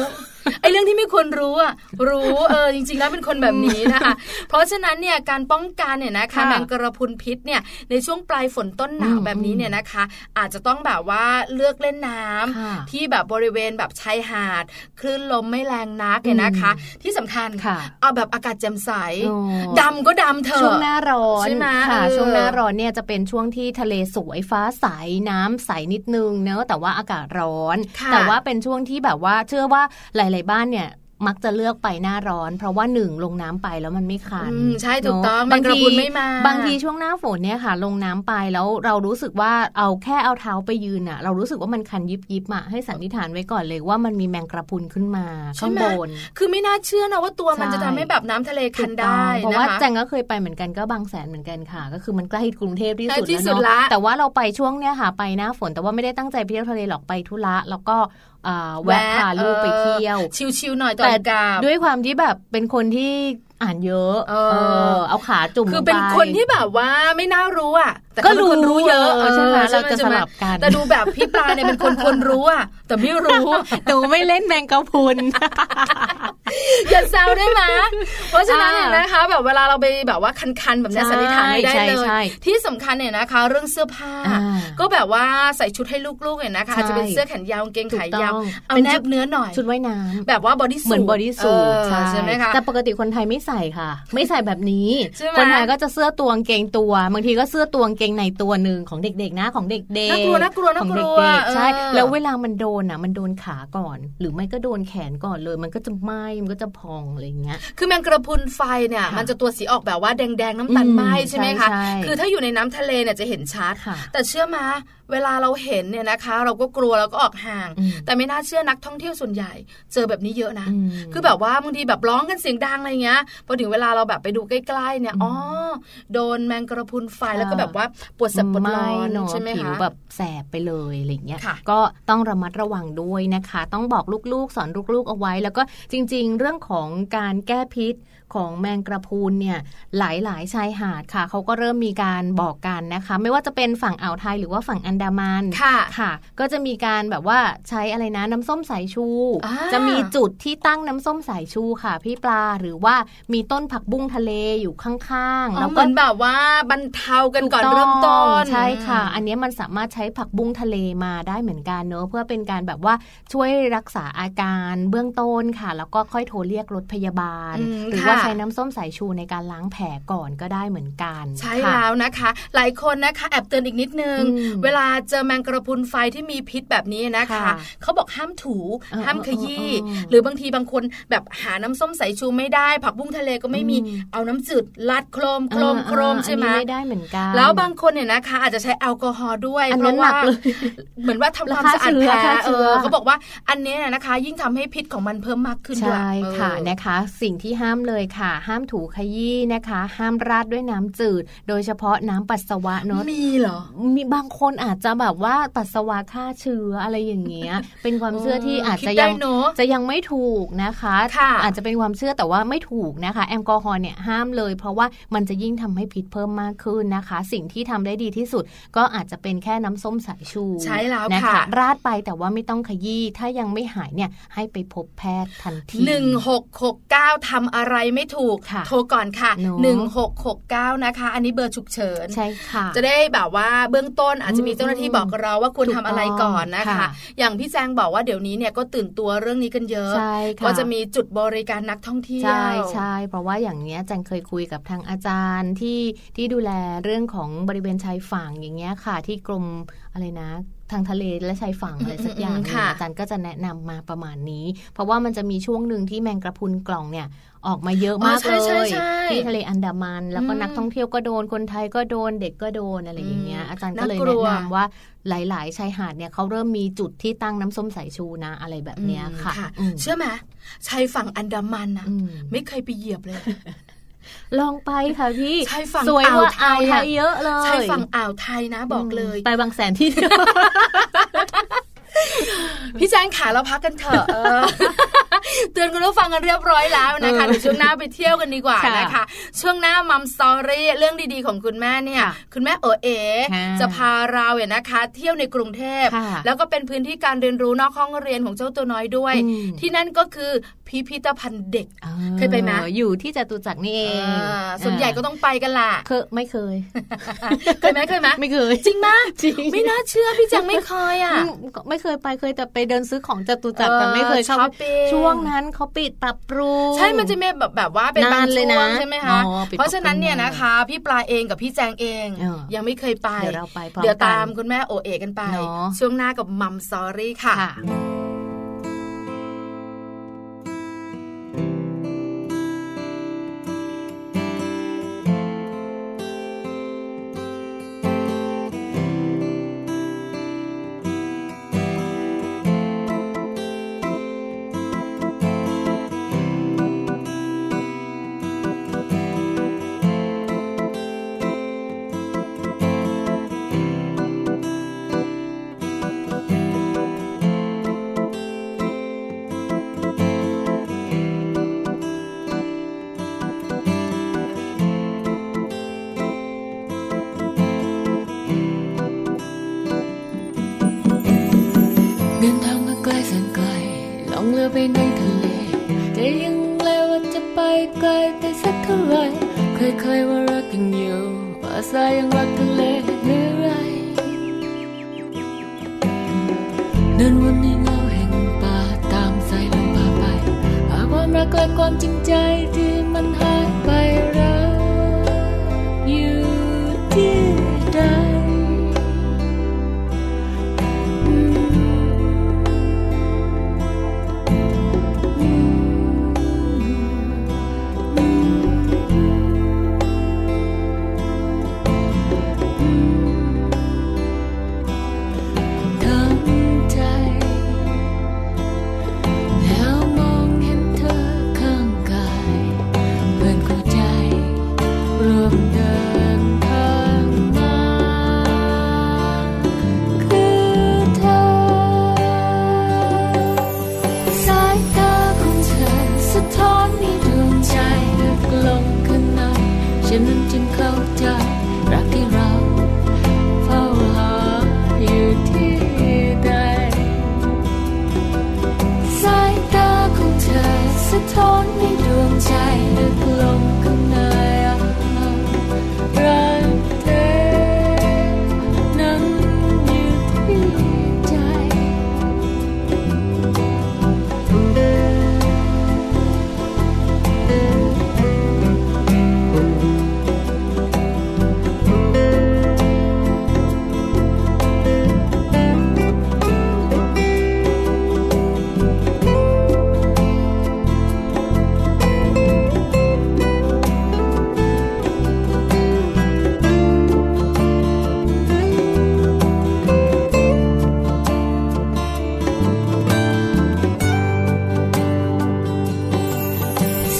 [SPEAKER 3] ไอ้เรื่องที่ไม่ควรรู้อ่ะรู้เออจริง ๆ แล้วเป็นคนแบบนี้นะคะ เพราะฉะนั้นเนี่ยการป้องกันเนี่ยนะคะ
[SPEAKER 2] ค่ะ
[SPEAKER 3] แมงกระพรุนพิษเนี่ยในช่วงปลายฝนต้นหนาว
[SPEAKER 2] อืม
[SPEAKER 3] แบบนี้เนี่ยนะคะ อาจจะต้องแบบว่าเลือกเล่นน้ำ
[SPEAKER 2] ค่ะ
[SPEAKER 3] ที่แบบบริเวณแบบชายหาดคลื่นลมไม่แรงนักเนี่ยนะคะ ที่สำคัญ
[SPEAKER 2] ค่ะ
[SPEAKER 3] เอาแบบอากาศแจ่มใส
[SPEAKER 2] โอ้
[SPEAKER 3] ดำก็ดำเถอะ
[SPEAKER 2] ช่วงหน้าร้อน
[SPEAKER 3] ใช่ไหม
[SPEAKER 2] ค่ะ
[SPEAKER 3] เออ
[SPEAKER 2] ช่วงหน้าร้อนเนี่ยจะเป็นช่วงที่ทะเลสวยฟ้าใสน้ำใสนิดนึงเนอะแต่ว่าอากาศร้อน
[SPEAKER 3] ค่ะ
[SPEAKER 2] แต่ว่าเป็นช่วงที่แบบว่าเชื่อว่าหลาย ๆ บ้านเนี่ยมักจะเลือกไปหน้าร้อน เพราะว่าหนึ่งลงน้ำไปแล้วมันไม่คัน
[SPEAKER 3] อืมใช่ถูกต้อง
[SPEAKER 2] เน
[SPEAKER 3] แม
[SPEAKER 2] อะ
[SPEAKER 3] งกระพรุนไม่มา
[SPEAKER 2] บางทีช่วงหน้าฝนเนี่ยค่ะ ลงน้ำไปแล้วเรารู้สึกว่าเอาแค่เอาเท้าไปยืนอะเรารู้สึกว่ามันคันยิบยิบๆอะให้สันนิษฐานไว้ก่อนเลยว่ามันมีแมงกระพรุนขึ้นมา
[SPEAKER 3] ใช่
[SPEAKER 2] ข้าง
[SPEAKER 3] ไหม
[SPEAKER 2] บน
[SPEAKER 3] คือไม่น่าเชื่อนะว่าตัวมัน
[SPEAKER 2] ใช่
[SPEAKER 3] จะทำให้แบบน้ำทะเลคัน
[SPEAKER 2] ถูกต้อง
[SPEAKER 3] ได้
[SPEAKER 2] เพราะ
[SPEAKER 3] นะ
[SPEAKER 2] ว่า
[SPEAKER 3] คะ
[SPEAKER 2] แจงก็เคยไปเหมือนกันก็บางแสนเหมือนกันค่ะ ก็คือมันใกล้กรุงเทพที่สุด
[SPEAKER 3] ใกล้ที่สุด
[SPEAKER 2] แล้วเนาะ
[SPEAKER 3] ละ
[SPEAKER 2] แต่ว่าเราไปช่วงเนี้ยค่ะไปหน้าฝนแต่ว่าไม่ได้ตั้งใจไปเที่ยวทะเลหรอกไปธุระแล้วก็อ่าแวะพาลูกไปเที่ยว
[SPEAKER 3] ออชิวๆหน่อยตอนกลับ
[SPEAKER 2] ด้วยความที่แบบเป็นคนที่อ่านเยอะ
[SPEAKER 3] เออ
[SPEAKER 2] อเอาขาจุ่ม
[SPEAKER 3] คือเป็น
[SPEAKER 2] ลงไ
[SPEAKER 3] คนที่แบบว่าไม่น่ารู้อ่ะ แต่
[SPEAKER 2] ก็
[SPEAKER 3] เขาเป็นคนรู้เยอะ
[SPEAKER 2] เออใช่ไหม
[SPEAKER 3] ออ
[SPEAKER 2] เราจะ
[SPEAKER 3] ใช่ไหม
[SPEAKER 2] สลับกัน
[SPEAKER 3] แต่ดูแบบพี่ปลาเนี่ยเป็นคนคนรู้อ่ะ แต่ไม่รู้
[SPEAKER 2] หนูไม่เล่นแมงกะพรุน
[SPEAKER 3] อย่าแซวได้ไหมเพราะฉะนั้น
[SPEAKER 2] อ่า
[SPEAKER 3] เนี่ยนะคะ แบบเวลาเราไปแบบว่าคันๆแบบเนี้ย
[SPEAKER 2] ใช่
[SPEAKER 3] สันนิษฐานไม่ได้
[SPEAKER 2] ใช่
[SPEAKER 3] เลย
[SPEAKER 2] ใช่
[SPEAKER 3] ที่สำคัญเนี่ยนะคะ เรื่องเสื้อผ้า
[SPEAKER 2] อ่า
[SPEAKER 3] ก็แบบว่าใส่ชุดให้ลูกๆเนี่ยนะคะ
[SPEAKER 2] ใช่
[SPEAKER 3] อาจจะเป็นเสื้อแขนยาวกางเกงขายาว
[SPEAKER 2] ถูกต้อง
[SPEAKER 3] เอา
[SPEAKER 2] เป็น
[SPEAKER 3] แน
[SPEAKER 2] ชุ
[SPEAKER 3] บ
[SPEAKER 2] ด
[SPEAKER 3] เนื้อหน่อย
[SPEAKER 2] ชุดว่ายน้ำ
[SPEAKER 3] แบบว่าบอดี้สู
[SPEAKER 2] เหมือนบอดี้สูท
[SPEAKER 3] ใช่ไหมคะ
[SPEAKER 2] แต่ปกติคนไทยไม่ใส่ค่ะ ไม่ใส่แบบนี้
[SPEAKER 3] ใช่ไหม
[SPEAKER 2] คนไทยก็จะเสื้อตัวกางเกงตัว บางทีก็เสื้อตัวกางเก กงในตัวหนึ่งของเด็กๆนะของเด็กๆ
[SPEAKER 3] น่ากลัวน่ากลัวน่า
[SPEAKER 2] ของ
[SPEAKER 3] ก
[SPEAKER 2] เด
[SPEAKER 3] ลัว็
[SPEAKER 2] กๆใช่
[SPEAKER 3] เออ
[SPEAKER 2] แล้วเวลามันโดนอ่ะ มันโดนขาก่อน หรือไม่ก็โดนแขนก่อนเลย มันก็จะไหม้มันก็จะพองอะไรอย่างเงี้ย
[SPEAKER 3] คือแมงกระพรุนไฟเนี่ย
[SPEAKER 2] ค่ะ
[SPEAKER 3] มันจะตัวสีออกแบบว่าแดงๆน้ำตาล
[SPEAKER 2] อืม
[SPEAKER 3] ไหม้ใช่ไหมคะ
[SPEAKER 2] ใช่ใช่
[SPEAKER 3] คือถ้าอยู่ในน้ำทะเลเนี่ยจะเห็นชัด
[SPEAKER 2] ค่ะ
[SPEAKER 3] แต่เชื่อมาเวลาเราเห็นเนี่ยนะคะ เราก็กลัวเราก็ออกห่าง
[SPEAKER 2] อืม
[SPEAKER 3] แต่ไม่น่าเชื่อนักท่องเที่ยวส่วนใหญ่ เจอแบบนี้เยอะนะ
[SPEAKER 2] อืม
[SPEAKER 3] คือแบบว่าบางทีแบบร้องกันเสียงดังอะไรเงี้ยพอถึงเวลาเราแบบไปดูใกล้ๆเนี่ยอ๋อโดนแมงกระพรุนไฟ
[SPEAKER 2] ค่ะ
[SPEAKER 3] แล้วก็แบบว่าปวดแสบปวดร้อน
[SPEAKER 2] เนาะ
[SPEAKER 3] ใช่ไหม
[SPEAKER 2] ผิว
[SPEAKER 3] คะ
[SPEAKER 2] แบบแสบไปเลยอะไรอย่างเงี้ย
[SPEAKER 3] ค่ะ
[SPEAKER 2] ก็ต้องระมัดระวังด้วยนะคะ ต้องบอกลูกๆ สอนลูกๆเอาไว้ แล้วก็จริงๆ เรื่องของการแก้พิษของแมงกระพรุนเนี่ยหลายๆชายหาดค่ะเขาก็เริ่มมีการบอกกันนะคะ ไม่ว่าจะเป็นฝั่งอ่าวไทยหรือว่าฝั่งอันดามัน
[SPEAKER 3] ค่ะ
[SPEAKER 2] ก็จะมีการแบบว่าใช้อะไรนะน้ำส้มสายชู
[SPEAKER 3] อ่า
[SPEAKER 2] จะมีจุดที่ตั้งน้ำส้มสายชูค่ะพี่ปลาหรือว่ามีต้นผักบุ้งทะเลอยู่ข้าง
[SPEAKER 3] อ๋
[SPEAKER 2] ๆ
[SPEAKER 3] อ
[SPEAKER 2] แล้ว
[SPEAKER 3] เห
[SPEAKER 2] ก็
[SPEAKER 3] มือนแบบว่าบรรเทากันก่อน
[SPEAKER 2] ถู
[SPEAKER 3] เริ่มต้น
[SPEAKER 2] ใช่ค่ะ อันเนี้ยมันสามารถใช้ผักบุ้งทะเลมาได้เหมือนกันเนอะเพื่อเป็นการแบบว่าช่วยรักษาอาการเบื้องต้นค่ะ แล้วก็ค่อยโทรเรียกรถพยาบาล
[SPEAKER 3] อืม
[SPEAKER 2] หรือว่า
[SPEAKER 3] ค่ะ
[SPEAKER 2] ใช้น้ำส้มสายชูในการล้างแผลก่อนก็ได้เหมือนกัน
[SPEAKER 3] ใช่
[SPEAKER 2] ค่ะ
[SPEAKER 3] แล้วนะคะ หลายคนนะคะแอบเตือนอีกนิดนึง
[SPEAKER 2] อืม
[SPEAKER 3] เวลาเจอแมงกระพรุนไฟที่มีพิษแบบนี้นะคะ
[SPEAKER 2] ค่ะ
[SPEAKER 3] เขาบอกห้ามถู
[SPEAKER 2] เออ
[SPEAKER 3] ห้ามขยี้
[SPEAKER 2] เออเออเออ
[SPEAKER 3] หรือบางทีบางคนแบบหาน้ำส้มสายชูไม่ได้ ผักบุ้งทะเลก็ไม่มี
[SPEAKER 2] อืม
[SPEAKER 3] เอาน้ำจืดลัดโครมโครมโครมใช่ไหม
[SPEAKER 2] อันนี้ไม่ได้เหมือนกัน
[SPEAKER 3] แล้วบางคนเนี่ยนะคะ อาจจะใช้แอลกอฮอล์ด้วย
[SPEAKER 2] อัน
[SPEAKER 3] เพ
[SPEAKER 2] นั้น
[SPEAKER 3] ราะ
[SPEAKER 2] หนั
[SPEAKER 3] ว่าก
[SPEAKER 2] เลย
[SPEAKER 3] เหมือนว่าทำความสะอาด
[SPEAKER 2] รา
[SPEAKER 3] แผล
[SPEAKER 2] คาเชื้อราคาเชื้
[SPEAKER 3] เอ
[SPEAKER 2] อ
[SPEAKER 3] อเขาบอกว่าอันเนี้ยนะคะ ยิ่งทำให้พิษของมันเพิ่มมากขึ้นด้วย
[SPEAKER 2] ใช่ค่ะ
[SPEAKER 3] เออ
[SPEAKER 2] นะคะ สิ่งที่ห้ามเลยค่ะ ห้ามถูขยี้นะคะ ห้ามราดด้วยน้ำจืด โดยเฉพาะน้ำปัสสาวะเนอะ
[SPEAKER 3] มีเหรอ
[SPEAKER 2] มีบางคนอาจจะแบบว่าปัสสาวะฆ่าเชื้ออะไรอย่างเงี้ ย เป็นความเชื่อที่อาจจะยัง
[SPEAKER 3] คิดได้เนอะ
[SPEAKER 2] จะยังไม่ถูกนะคะ
[SPEAKER 3] ค่ะ
[SPEAKER 2] อาจจะเป็นความเชื่อแต่ว่าไม่ถูกนะคะ แอลกอฮอล์เนี่ยห้ามเลย เพราะว่ามันจะยิ่งทำให้พิษเพิ่มมากขึ้นนะคะ สิ่งที่ทำได้ดีที่สุด ก็อาจจะเป็นแค่น้ำส้มสายชู
[SPEAKER 3] ใช่แล้ว
[SPEAKER 2] น
[SPEAKER 3] ค่ะ
[SPEAKER 2] ราดไปแต่ว่าไม่ต้องขยี้ถ้ายังไม่หายเนี่ยให้ไปพบแพทย์ทันที
[SPEAKER 3] หนึ่งหกหกเก้าทำอะไรไม่ถูก
[SPEAKER 2] ค่ะ
[SPEAKER 3] โทรก่อนค่ะ
[SPEAKER 2] เนอะ
[SPEAKER 3] หนึ่งหกหกเก้านะคะ อันนี้เบอร์ฉุกเฉิน
[SPEAKER 2] ใช่ค่ะ
[SPEAKER 3] จะได้แบบว่าเบื้องต้นอาจจะมี
[SPEAKER 2] อืม
[SPEAKER 3] เจ้าหน้าที่บอกเราว่าควรทำอะไรก่อนนะคะ
[SPEAKER 2] ค่ะ
[SPEAKER 3] อย่างพี่แจงบอกว่าเดี๋ยวนี้เนี่ยก็ตื่นตัวเรื่องนี้กันเยอะ
[SPEAKER 2] ใช่ค่ะ
[SPEAKER 3] ก็จะมีจุดบริการนักท่องเที่ยว
[SPEAKER 2] ใช่ใช่เพราะว่าอย่างเนี้ยแจงเคยคุยกับทางอาจารย์ที่ที่ดูแลเรื่องของบริเวณชายฝั่งอย่างเงี้ยค่ะ ที่กรมอะไรนะ ทางทะเลและชายฝั่งอะไรสักอย่าง
[SPEAKER 3] อืมอืมอืมค่ะ
[SPEAKER 2] อาจารย์ก็จะแนะนำมาประมาณนี้ เพราะว่ามันจะมีช่วงหนึ่งที่แมงกระพรุนกล่องเนี่ยออกมาเยอะมาก
[SPEAKER 3] อ๋อใช่
[SPEAKER 2] เล
[SPEAKER 3] ใช่
[SPEAKER 2] ย
[SPEAKER 3] ใช่
[SPEAKER 2] ที่ทะเลอันดามันแล้วก็
[SPEAKER 3] อืม
[SPEAKER 2] นักท่องเที่ยวก็โดนคนไทยก็โดนเด็กก็โดนอะไรอย่างเงี้ย
[SPEAKER 3] อืม
[SPEAKER 2] อาจารย์ก็เลย
[SPEAKER 3] น่ากลั
[SPEAKER 2] แนะ
[SPEAKER 3] ว
[SPEAKER 2] นำว่าหลาย ๆ ชายหาดเนี่ยเขาเริ่มมีจุดที่ตั้งน้ำส้มสายชูนะอะไรแบบเนี้ย
[SPEAKER 3] อืม
[SPEAKER 2] ค่ะ
[SPEAKER 3] ค่ะ
[SPEAKER 2] อืม
[SPEAKER 3] เชื่อไหมชายฝั่งอันดามันนะ
[SPEAKER 2] อืม
[SPEAKER 3] ไม่เคยไปเหยียบเลย
[SPEAKER 2] ลองไปค่ะพี่
[SPEAKER 3] ชายฝั่ง
[SPEAKER 2] สวยกว่า
[SPEAKER 3] อ่า
[SPEAKER 2] อ่าว ว
[SPEAKER 3] ไทย
[SPEAKER 2] ไทยเยอะเลย
[SPEAKER 3] ชายฝั่งอ่าวไทยนะบอกเลย
[SPEAKER 2] ไปบางแสนที่เดียว
[SPEAKER 3] พี่แจงขาเราพักกันเถ อะเออ เตือนคุณผู้ฟังกันเรียบร้อยแล้วนะคะเดี๋ยวช่วงหน้าไปเที่ยวกันดีกว่านะคะ ช่วงหน้ามัมสตอรี่เรื่องดีๆของคุณแม่เนี่ย คุณแม่เออเอ
[SPEAKER 2] ค่ะ
[SPEAKER 3] จะพาเราเนี่ยนะคะ เที่ยวในกรุงเทพ
[SPEAKER 2] ค่ะ
[SPEAKER 3] แล้วก็เป็นพื้นที่การเรียนรู้นอกห้องเรียนของเจ้าตัวน้อยด้วย
[SPEAKER 2] อืม
[SPEAKER 3] ที่นั่นก็คือพิพิธภัณฑ์เด็ก เคยไปไหม
[SPEAKER 2] อออยู่ที่จตุจักรนี่เอง
[SPEAKER 3] อ่าส่วนใหญ่ก็ต้องไปกันล่ะ
[SPEAKER 2] เคยไม่เคย
[SPEAKER 3] เคยไหมเคยไหม
[SPEAKER 2] ไม่เคย
[SPEAKER 3] จริงไหม
[SPEAKER 2] จริง
[SPEAKER 3] ไม่น่าเชื่อพี่แจงไม่เคยอ่ะ
[SPEAKER 2] อืมไม่เคยไปเคยแต่ไปเดินซื้อของจตุจักร
[SPEAKER 3] เออ
[SPEAKER 2] แต่ไม่เคยเข้า
[SPEAKER 3] ช้อปปิ้ง
[SPEAKER 2] ช่วงนั้นเขาปิดปรับปรุง
[SPEAKER 3] ใช่มันจะมีแบบแบบว่าเป็นบาง
[SPEAKER 2] นานเล
[SPEAKER 3] ช่
[SPEAKER 2] ยว นะ
[SPEAKER 3] งใช่ไหมคะ
[SPEAKER 2] อ๋อปิด
[SPEAKER 3] เพราะฉะนั้นเนี่ย
[SPEAKER 2] ปรั
[SPEAKER 3] นะ
[SPEAKER 2] บปรุง
[SPEAKER 3] คะ พี่ปลาเองกับพี่แจงเอง
[SPEAKER 2] เออ
[SPEAKER 3] ยังไม่เคยไป
[SPEAKER 2] เดี๋ยวเราไปพร้อม
[SPEAKER 3] เดี๋ยว
[SPEAKER 2] กัน
[SPEAKER 3] ตามคุณแม่โอเอกันไป
[SPEAKER 2] เนอะ
[SPEAKER 3] ช่วงหน้ากับมัมซอรี่ค่ะ
[SPEAKER 2] ค่ะ
[SPEAKER 5] เดินทางมาไกลแสนไกลล่องเรือไปในทะเลแต่ยังเลวว่าจะไปไกลแต่สักเท่าไหรเคยๆว่ารักยังอยู่ว่าสายยังรักทะเลเหนื่อยไรเดินวนในเงาแห่งป่าตามสายลมพาไปหาความรักและความจริงใจที่มันหายไปรักอยู่ที่ใด ฉันนั้นจึงเข้าใจรักที่เราเฝ้าหาอยู่ที่ใด สายตาของเธอสะท้อนในดวงใจลึกลงข้างในรักเธอนั้นอยู่ที่ใจ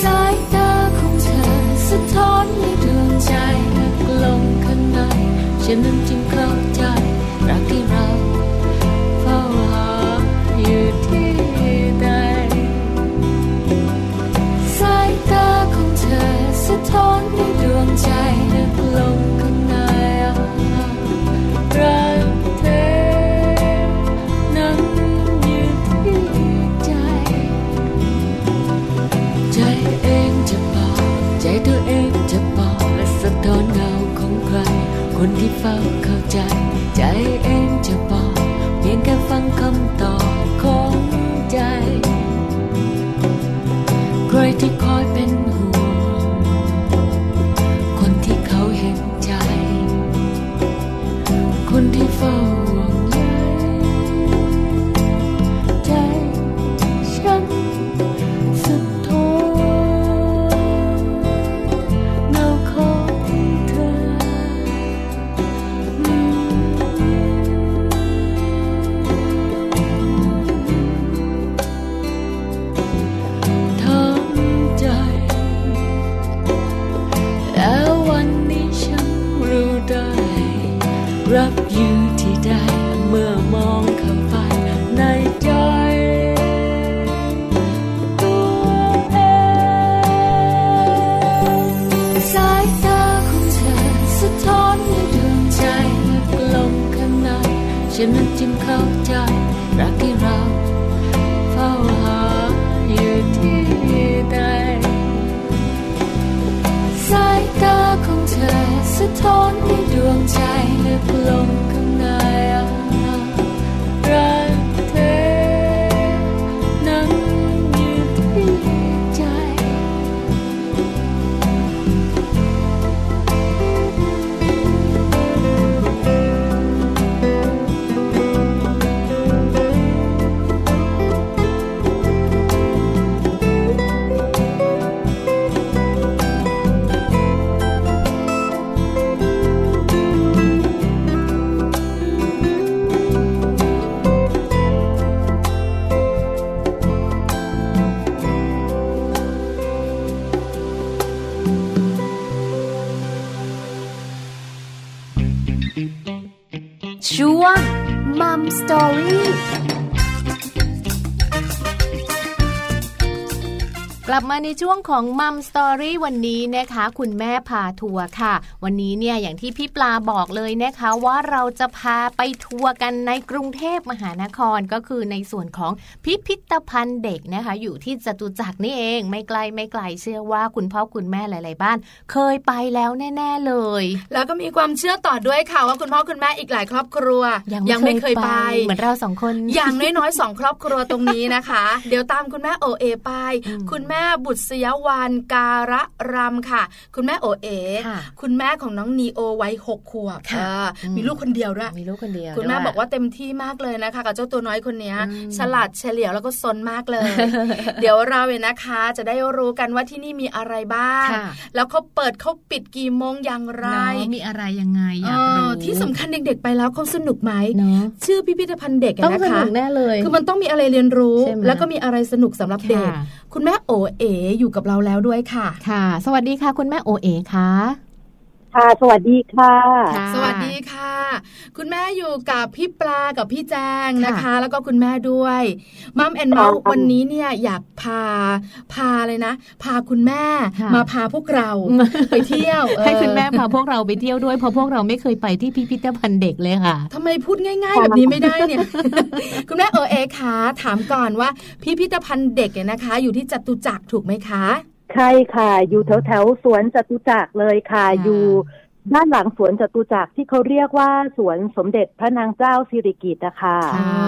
[SPEAKER 5] สายตาของเธอสะท้อนในดวงใจและกลมข้างในฉันนั้นจึงเข้าใจรักที่เราเฝ้าหาอยู่ที่ใดสายตาของเธอสะท้อนในดวงใจและกลมข้างในรักเธอนั้นอยู่ที่ใจ ใจเองจะบอกใจตัวเองจะบอกและสะท้อนเงาของใคร คนที่เฝ้าเข้าใจ ใจเองจะบอกเพียงแค่ฟังคำตอบของใจ ใครที่คอยเป็นห่วงคนที่เขาเห็นใจ คนที่เฝ้าห่วงใยใจฉัน สุดท้อนเงาของเธอ ทำใจ แล้ววันนี้ฉันรู้ได้ รับอยู่ที่ใดเมื่อมองเข้าไปในใจ สายตาของเธอสะท้อนในดวงใจและกลมข้างในฉันนั้นจึงเข้าใจ รักที่เราเฝ้าหาอยู่ที่ใด สายตาของเธอสะท้อนในดวงใจและกลมข้างในรักเธอนั้นอยู่ที่ใจ
[SPEAKER 4] ช่วงมัมสตอรี่
[SPEAKER 2] กลับมาในช่วงของมัมสตอรี่วันนี้นะคะ คุณแม่พาทัวร์ค่ะ วันนี้เนี่ยอย่างที่พี่ปลาบอกเลยนะคะว่าเราจะพาไปทัวร์กันในกรุงเทพมหานครก็คือในส่วนของพิพิธภัณฑ์เด็กนะคะ อยู่ที่จตุจักรนี่เองไม่ไกลไม่ไกลเชื่อว่าคุณพ่อคุณแม่หลาย ๆ บ้าน เคยไปแล้วแน่ ๆ เลย
[SPEAKER 3] แล้วก็มีความเชื่อต่อด้วยค่ะว่าคุณพ่อคุณแม่อีกหลายครอบครัวไม่เคยไป
[SPEAKER 2] เหมือนเราสองคน
[SPEAKER 3] อย่างน้อยๆสองครอบครัวตรงนี้นะคะ เดี๋ยวตามคุณแม่โอเอไป คุณแม่บุตรสยวานการะรำค่ะ คุณแม่โอเอ
[SPEAKER 2] ค่ะ
[SPEAKER 3] คุณแม่ของน้องนีโอวัยหกขวบ
[SPEAKER 2] ค่ะ
[SPEAKER 3] เอออ
[SPEAKER 2] ม
[SPEAKER 3] มีลูกคนเดียวด้วย
[SPEAKER 2] มีลูกคนเดียว
[SPEAKER 3] คุณแม่
[SPEAKER 2] ด้ย
[SPEAKER 3] บอกว่าเต็มที่มากเลยนะคะ กับเจ้าตัวน้อยคนเนี้ย
[SPEAKER 2] อืม
[SPEAKER 3] ฉลาดเฉลียวแล้วก็ซนมาก เลย เดี๋ยวเราเนี่ยนะคะ จะได้รู้กันว่าที่นี่มีอะไรบ้าง
[SPEAKER 2] ค่ะ
[SPEAKER 3] แล้วเขาเปิดเขาปิดกี่โมงอย่างไร
[SPEAKER 2] เนาะมีอะไรยังไง
[SPEAKER 3] เอย
[SPEAKER 2] อากรู้
[SPEAKER 3] อที่สำคัญเด็กๆไปแล้วเขาสนุกไหม
[SPEAKER 2] เนาะ
[SPEAKER 3] ชื่อพิพิธภัณฑ์เด็กอะ
[SPEAKER 2] ต้อง
[SPEAKER 3] นะ
[SPEAKER 2] ส
[SPEAKER 3] คะ
[SPEAKER 2] นุกแน่เลย
[SPEAKER 3] คือมันต้องมีอะไรเรียนรู้
[SPEAKER 2] ใช่ไหม
[SPEAKER 3] แล้วก็มีอะไรสนุกสำหรับเด็ก
[SPEAKER 2] ค่ะ
[SPEAKER 3] คุณแม่โอเอ๋อยู่กับเราแล้วด้วยค่ะ
[SPEAKER 2] ค่ะ สวัสดีค่ะ คุณแม่โอเอค่ะ
[SPEAKER 6] ค่ะ สวัสดีค่ะ
[SPEAKER 2] ค่ะ
[SPEAKER 3] สวัสดีค่ะ คุณแม่อยู่กับพี่ปลากับพี่แจงนะคะ แล้วก็คุณแม่ด้วยมัมแอนเมา
[SPEAKER 6] ครับ
[SPEAKER 3] วันนี้เนี่ยอยากพาพาเลยนะ พาคุณแม่
[SPEAKER 2] ค่ะ
[SPEAKER 3] มาพาพวกเราไปเที่ยวเออ
[SPEAKER 2] ให้คุณแม่พาพวกเราไปเที่ยวด้วยเพราะพวกเราไม่เคยไปที่พิพิธภัณฑ์เด็กเลยค่ะ
[SPEAKER 3] ทำไมพูดง่าย ๆ แบบนี้ไม่ได้เนี่ย คุณแม่เออเอคะถามก่อนว่าพิพิธภัณฑ์เด็กเนี่ยนะคะ อยู่ที่จตุจักรถูกไหมคะ
[SPEAKER 6] ใช่ค่ะ อยู่แถวแถวๆสวนจตุจักรเลยค่ะ
[SPEAKER 2] อ่า
[SPEAKER 6] อยู่ด้านหลังสวนจตุจักรที่เขาเรียกว่าสวนสมเด็จพระนางเจ้าสิริกิติ์นะคะ
[SPEAKER 2] ค่ะ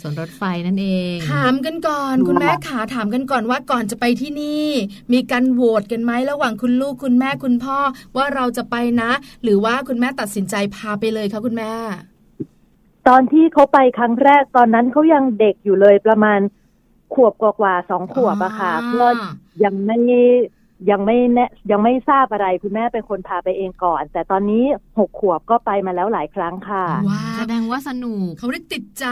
[SPEAKER 2] สวนรถไฟนั่นเอง
[SPEAKER 3] ถามกันก่อนคุณแม่ขาถามกันก่อนว่าก่อนจะไปที่นี่ มีการโหวตกันไหมระหว่างคุณลูกคุณแม่คุณพ่อ ว่าเราจะไปนะ หรือว่าคุณแม่ตัดสินใจพาไปเลยคะคุณแม่
[SPEAKER 6] ตอนที่เขาไปครั้งแรกตอนนั้นเขายังเด็กอยู่เลยประมาณขวบกว่าๆสองขวบอะค่ะ
[SPEAKER 3] อ่า
[SPEAKER 6] ก็ยังไม่ยังไม่แน่ยังไม่ทราบอะไรคุณแม่เป็นคนพาไปเองก่อน แต่ตอนนี้หกขวบก็ไปมาแล้วหลายครั้งค่ะ
[SPEAKER 3] ว้าว
[SPEAKER 2] แสดงว่าสนุก
[SPEAKER 3] เขาได้ติดใจ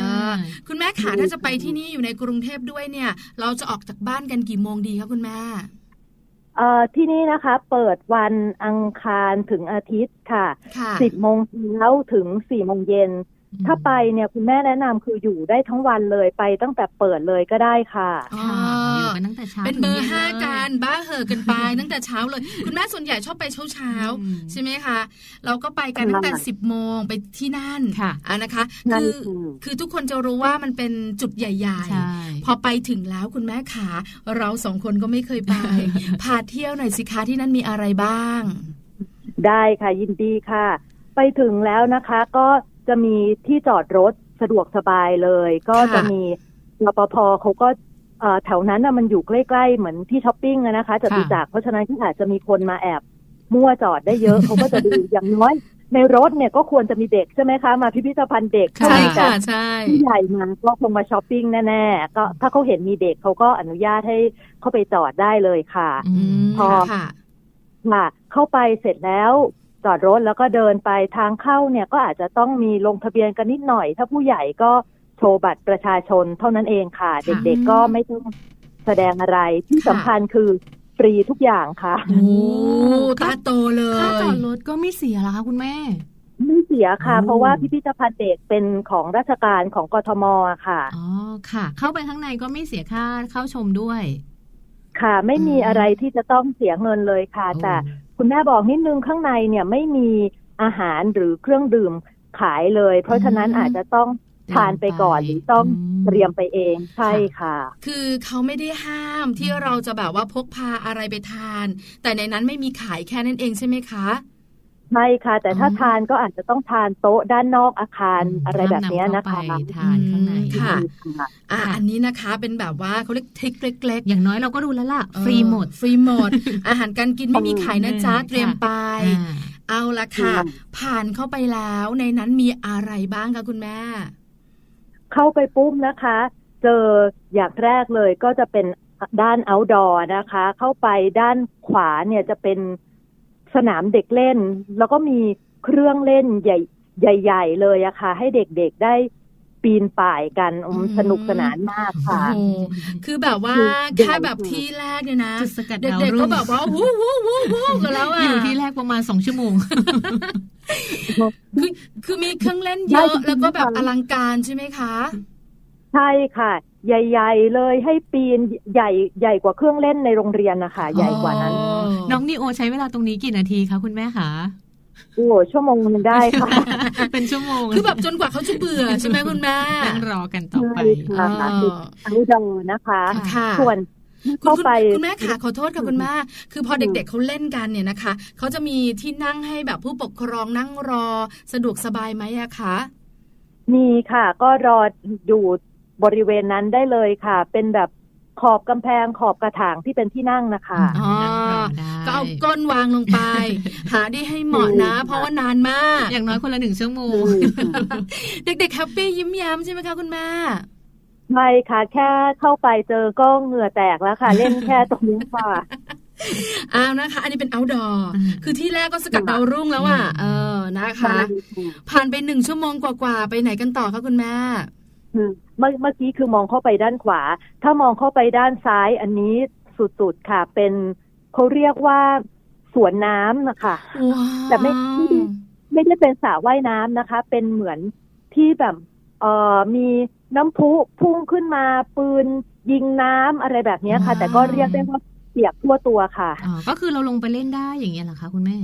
[SPEAKER 2] อ่า
[SPEAKER 3] เออคุณแม่ขาถ้าจะไปที่นี่อยู่ในกรุงเทพด้วยเนี่ย เราจะออกจากบ้านกันกี่โมงดีคะคุณแม่
[SPEAKER 6] เอ่อที่นี่นะคะ เปิดวันอังคารถึงอาทิตย์ค่ะ
[SPEAKER 3] ค่ะ
[SPEAKER 6] สิบโมงเช้าถึงสี่โมงเย็น ถ้าไปเนี่ยคุณแม่แนะนำคืออยู่ได้ทั้งวันเลยไปตั้งแต่เปิดเลยก็ได้ค่ะ
[SPEAKER 2] ค่ะอยู่กันตั้งแต่เช้า
[SPEAKER 3] เป็นเบอร์
[SPEAKER 2] ถึงย็
[SPEAKER 3] ห้าน
[SPEAKER 2] ลย
[SPEAKER 3] การบ้าเห่อะกันไปตั้งแต่เช้าเลย คุณแม่ส่วนใหญ่ชอบไปเช้าเช้าๆ
[SPEAKER 2] อืม
[SPEAKER 3] ใช่ไหมคะ เราก็ไปกันตั้งแต่สิบโมงไปที่นั่น
[SPEAKER 2] ค่ะ
[SPEAKER 3] อ่ะนะคะ
[SPEAKER 6] นั่น
[SPEAKER 3] คือ
[SPEAKER 6] คือ
[SPEAKER 3] คือทุกคนจะรู้ว่ามันเป็นจุดใหญ่
[SPEAKER 2] ใช่
[SPEAKER 3] ๆ พอไปถึงแล้วคุณแม่ขา เราสองคนก็ไม่เคยไป พาเที่ยวหน่อยสิคะที่นั่นมีอะไรบ้าง
[SPEAKER 6] ได้ค่ะยินดีค่ะ ไปถึงแล้วนะคะก็จะมีที่จอดรถสะดวกสบายเลย ก็จะมีรปภเขาก็เอ่อแถวนั้นนะมันอยู่ใกล้ๆ เหมือนที่ช้อปปิ้งอะนะคะจตุจักรเพราะฉะนั้นก็อาจจะมีคนมาแอบ มั่วจอดได้เยอะ เขาก็จะดูอย่างน้อย ในรถเนี่ยก็ควรจะมีเด็กใช่ไหมคะ มาพิพิธภัณฑ์เด็ก
[SPEAKER 2] ค่ะ
[SPEAKER 3] ใช่
[SPEAKER 6] ถ้ามี
[SPEAKER 3] ค่ะ
[SPEAKER 6] แต่
[SPEAKER 3] ใช่
[SPEAKER 6] ผู้ใหญ่มาก็คงมาช้อปปิ้งแน่ๆก็ถ้าเขาเห็นมีเด็กเขาก็อนุญาตให้เข้าไปจอดได้เลยค่ะ
[SPEAKER 2] อื
[SPEAKER 3] อืม
[SPEAKER 2] ม
[SPEAKER 6] พอ
[SPEAKER 3] ค่ะ
[SPEAKER 6] ค่ะเข้าไปเสร็จแล้ว จอดรถแล้วก็เดินไปทางเข้าเนี่ยก็อาจจะต้องมีลงทะเบียนกันนิดหน่อย ถ้าผู้ใหญ่ก็โชว์บัตรประชาชนเท่านั้นเองค่ะ
[SPEAKER 2] ค่ะ
[SPEAKER 6] เด็กๆก็ไม่ต้องแสดงอะไรที่
[SPEAKER 3] ค่ะ
[SPEAKER 6] สำคัญคือฟรีทุกอย่างค่ะ
[SPEAKER 3] โอ้ตาโตเล
[SPEAKER 2] ค่าจ
[SPEAKER 3] ย
[SPEAKER 2] อดรถก็ไม่เสียเหรอคะคุณแม่
[SPEAKER 6] ไม่เสียค่ะ
[SPEAKER 2] อืม
[SPEAKER 6] เพราะว่าพิพิธภัณฑ์เด็กเป็นของราชการของกทมอะค่ะ
[SPEAKER 2] อ๋อค่ะ เข้าไปข้างในก็ไม่เสียค่าเข้าชมด้วย
[SPEAKER 6] ค่ะ ไม่มี
[SPEAKER 2] อืม
[SPEAKER 6] อะไรที่จะต้องเสียเงินเลยค่ะ แต่คุณแม่บอกนิดนึงข้างในเนี่ยไม่มีอาหารหรือเครื่องดื่มขายเลย เพราะฉะนั้นอาจจะต้องทานไปก่อนหรือต้องเตรียมไปเองใช่ค่ะ
[SPEAKER 3] คือเขาไม่ได้ห้ามที่เราจะแบบว่าพกพาอะไรไปทาน แต่ในนั้นไม่มีขายแค่นั้นเองใช่ไหมคะ
[SPEAKER 6] ใช่ค่ะ แต่ถ้าทานก็อาจจะต้องทานโต๊ะด้านนอกอาคาร
[SPEAKER 2] ม
[SPEAKER 6] อะไรแบบเนี้ยนะคะ
[SPEAKER 2] ห้ามำเข้าไปทานข้างใน
[SPEAKER 3] อืมค่ะ
[SPEAKER 6] ค่ะ
[SPEAKER 3] อ่ะ
[SPEAKER 2] ค่ะ
[SPEAKER 3] อันนี้นะคะเป็นแบบว่าเขาเรียกทริคเล็ก
[SPEAKER 2] อย่างน้อยเราก็รู้แล้วล่ะ
[SPEAKER 3] ๆเออ
[SPEAKER 2] ฟรีหมด
[SPEAKER 3] ฟรีหมด อาหารการกินไม่มีขายนะจ๊ะ
[SPEAKER 2] อืม
[SPEAKER 3] เตรียมไป
[SPEAKER 2] อ่า
[SPEAKER 3] เอาละค่ะ
[SPEAKER 6] ค่ะ
[SPEAKER 3] ผ่านเข้าไปแล้วในนั้นมีอะไรบ้างคะคุณแม่
[SPEAKER 6] เข้าไปปุ๊บนะคะ เจออย่างแรกเลยก็จะเป็นด้าน outdoor นะคะ เข้าไปด้านขวาเนี่ยจะเป็นสนามเด็กเล่น แล้วก็มีเครื่องเล่นใหญ่ใหญ่ ๆ เลยอะค่ะ ให้เด็กๆได้ปีนป่ายกันอืม
[SPEAKER 3] อืม
[SPEAKER 6] สนุกสนานมากค่ะ
[SPEAKER 3] โอ้โหคือแบบว่า
[SPEAKER 6] คือ
[SPEAKER 3] แค่แบบที่แรกเนี่ยนะ
[SPEAKER 2] จุดสกัด
[SPEAKER 3] เด็
[SPEAKER 2] ดาว
[SPEAKER 3] กๆ
[SPEAKER 2] รุ่
[SPEAKER 3] ก็
[SPEAKER 2] ง
[SPEAKER 3] แบบว่าวู้วู้วู้วู้กันแล้วอ่ะ
[SPEAKER 2] อยู่ที่แรกประมาณ 2 ชั่วโมง
[SPEAKER 3] คือคือมีเครื่องเล่นเยอะแล้วก็แบบอลังการใช่ไหมคะ
[SPEAKER 6] ใช่ค่ะ ใหญ่ ๆ เลยให้ปีนใหญ่ใหญ่กว่าเครื่องเล่นในโรงเรียนนะคะ ใหญ่กว่านั้น
[SPEAKER 3] อ๋อ
[SPEAKER 2] น้องนิโอใช้เวลาตรงนี้กี่นาทีคะคุณแม่คะ
[SPEAKER 6] โอ้โหชั่วโมงหนึงได้ ค่ะ
[SPEAKER 2] เป็นชั่วโมง
[SPEAKER 3] คือแบบจนกว่าเขาจะเบื่อใช่ไหมคุณแม่
[SPEAKER 2] นั่งรอกันต่อไป
[SPEAKER 6] ใช่
[SPEAKER 3] อ๋อ
[SPEAKER 6] เอาดอนะคะ
[SPEAKER 3] ค่ะ
[SPEAKER 6] ส่วน
[SPEAKER 3] คุณ
[SPEAKER 6] เข้า
[SPEAKER 3] คุณ
[SPEAKER 6] ไป
[SPEAKER 3] คุณแม่ค่ะขอโทษค่ะคุณแม่คือพอเด็กๆเขาเล่นกันเนี่ยนะคะเขาจะมีที่นั่งให้แบบผู้ปกครองนั่งรอสะดวกสบายไหมอะคะ
[SPEAKER 6] มีค่ะ ก็รออยู่บริเวณนั้นได้เลยค่ะ เป็นแบบขอบกำแพงขอบกระถางที่เป็นที่นั่งนะคะ
[SPEAKER 2] อ๋อ
[SPEAKER 3] ก็เอาก้นวางลงไป หาได้ให้เหมาะนะ
[SPEAKER 6] อืม
[SPEAKER 3] เพราะว่านานมาก
[SPEAKER 2] อย่างน้อยคนละหนึ่งชั่วโมง
[SPEAKER 3] เด็กๆแฮปปี้ยิ้มแย้มใช่ไหมคะคุณแม่
[SPEAKER 6] ใช่ค่ะ แค่เข้าไปเจอก็เหงื่อแตกแล้วค่ะ เล่นแค่ตรงนี้ค่ะ
[SPEAKER 3] อ้าวนะคะ อันนี้เป็น outdoor
[SPEAKER 2] อืม
[SPEAKER 3] คือที่แรกก็สกัดดาวรุ่งแล้วอ่ะเออนะคะ ผ่านไปหนึ่งชั่วโมงกว่าๆไปไหนกันต่อคะคุณแม่
[SPEAKER 6] คือเมื่อเมื่อกี้คือมองเข้าไปด้านขวา ถ้ามองเข้าไปด้านซ้ายอันนี้สุดๆค่ะ เป็นเขาเรียกว่า สวนน้ำนะคะ
[SPEAKER 3] ว้าว
[SPEAKER 6] แต่ไม่ไม่ได้ไม่ได้เป็นสระว่ายน้ำนะคะ เป็นเหมือนที่แบบเอ่อมีน้ำพุพุ่งขึ้นมาปืนยิงน้ำอะไรแบบเนี้ย
[SPEAKER 2] ว้า
[SPEAKER 6] ค่ะ
[SPEAKER 2] ว
[SPEAKER 6] แต่ก็เรียกได้ว่าเปียกทั่วตัวค่ะ
[SPEAKER 2] อ๋อก็คือเราลงไปเล่นได้อย่างเงี้ยเหรอคะคุณแม่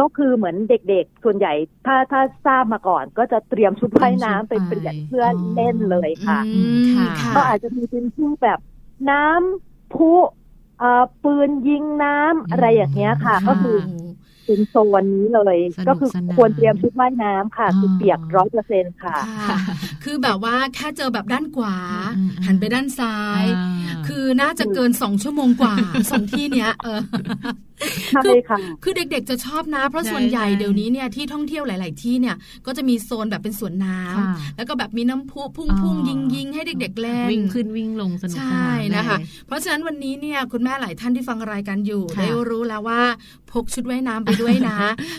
[SPEAKER 6] ก็คือเหมือนเด็กๆ ส่วนใหญ่ถ้าถ้าทราบมาก่อน ก็จะเตรียมชุดว่ายน้ำไปเปลี่ยนเพื่อเล่นเลยค่ะ
[SPEAKER 3] อืม
[SPEAKER 2] ค่ะ
[SPEAKER 3] ค่ะ
[SPEAKER 6] ก็อาจจะมีเป็นพวกแบบน้ำพุเอ่อปืนยิงน้ำอะไรอย่างเงี้ยค่ะ
[SPEAKER 2] อืม
[SPEAKER 6] ก็คือเป็นโซนนี้เลย
[SPEAKER 2] สนุก
[SPEAKER 6] ก็คือ
[SPEAKER 2] สนาน
[SPEAKER 6] ควรเตรียมชุดว่ายน้ำค่ะ คืออ
[SPEAKER 2] อ
[SPEAKER 6] เปียกร้อยเปอร์เซ็นค่ะ
[SPEAKER 3] ค่ะ คือแบบว่าแค่เจอแบบด้านขวา
[SPEAKER 2] อืมอืม
[SPEAKER 3] หันไปด้านซ้าย
[SPEAKER 2] อ่า
[SPEAKER 3] คือน่าจะเกินสองชั่วโมงก ว่าสองที่เนี้ยเออ
[SPEAKER 6] ใช่ค่ะ
[SPEAKER 3] คือเด็กๆจะชอบนะ เพราะ
[SPEAKER 2] ใช่
[SPEAKER 3] ส่วนใหญ่
[SPEAKER 2] ใช่
[SPEAKER 3] เดี๋ยวนี้เนี่ยที่ท่องเที่ยวหลาย ๆ ที่เนี่ยก็จะมีโซนแบบเป็นสวนน้ำ
[SPEAKER 2] ค่ะ
[SPEAKER 3] แล้วก็แบบมีน้ำพุพุ่ง
[SPEAKER 2] อ๋อ
[SPEAKER 3] พุ่งยิงยิงๆให้เด็ก ๆ เล่น
[SPEAKER 2] วิ่งขึ้นวิ่งลงสนุกส
[SPEAKER 3] ใช่
[SPEAKER 2] นานเลย
[SPEAKER 3] นะคะ เพราะฉะนั้นวันนี้เนี่ยคุณแม่หลายท่านที่ฟังรายการอยู่
[SPEAKER 2] ค่ะ
[SPEAKER 3] ได้รู้แล้วว่าพกชุดว่ายน้ำไปด้วย นะ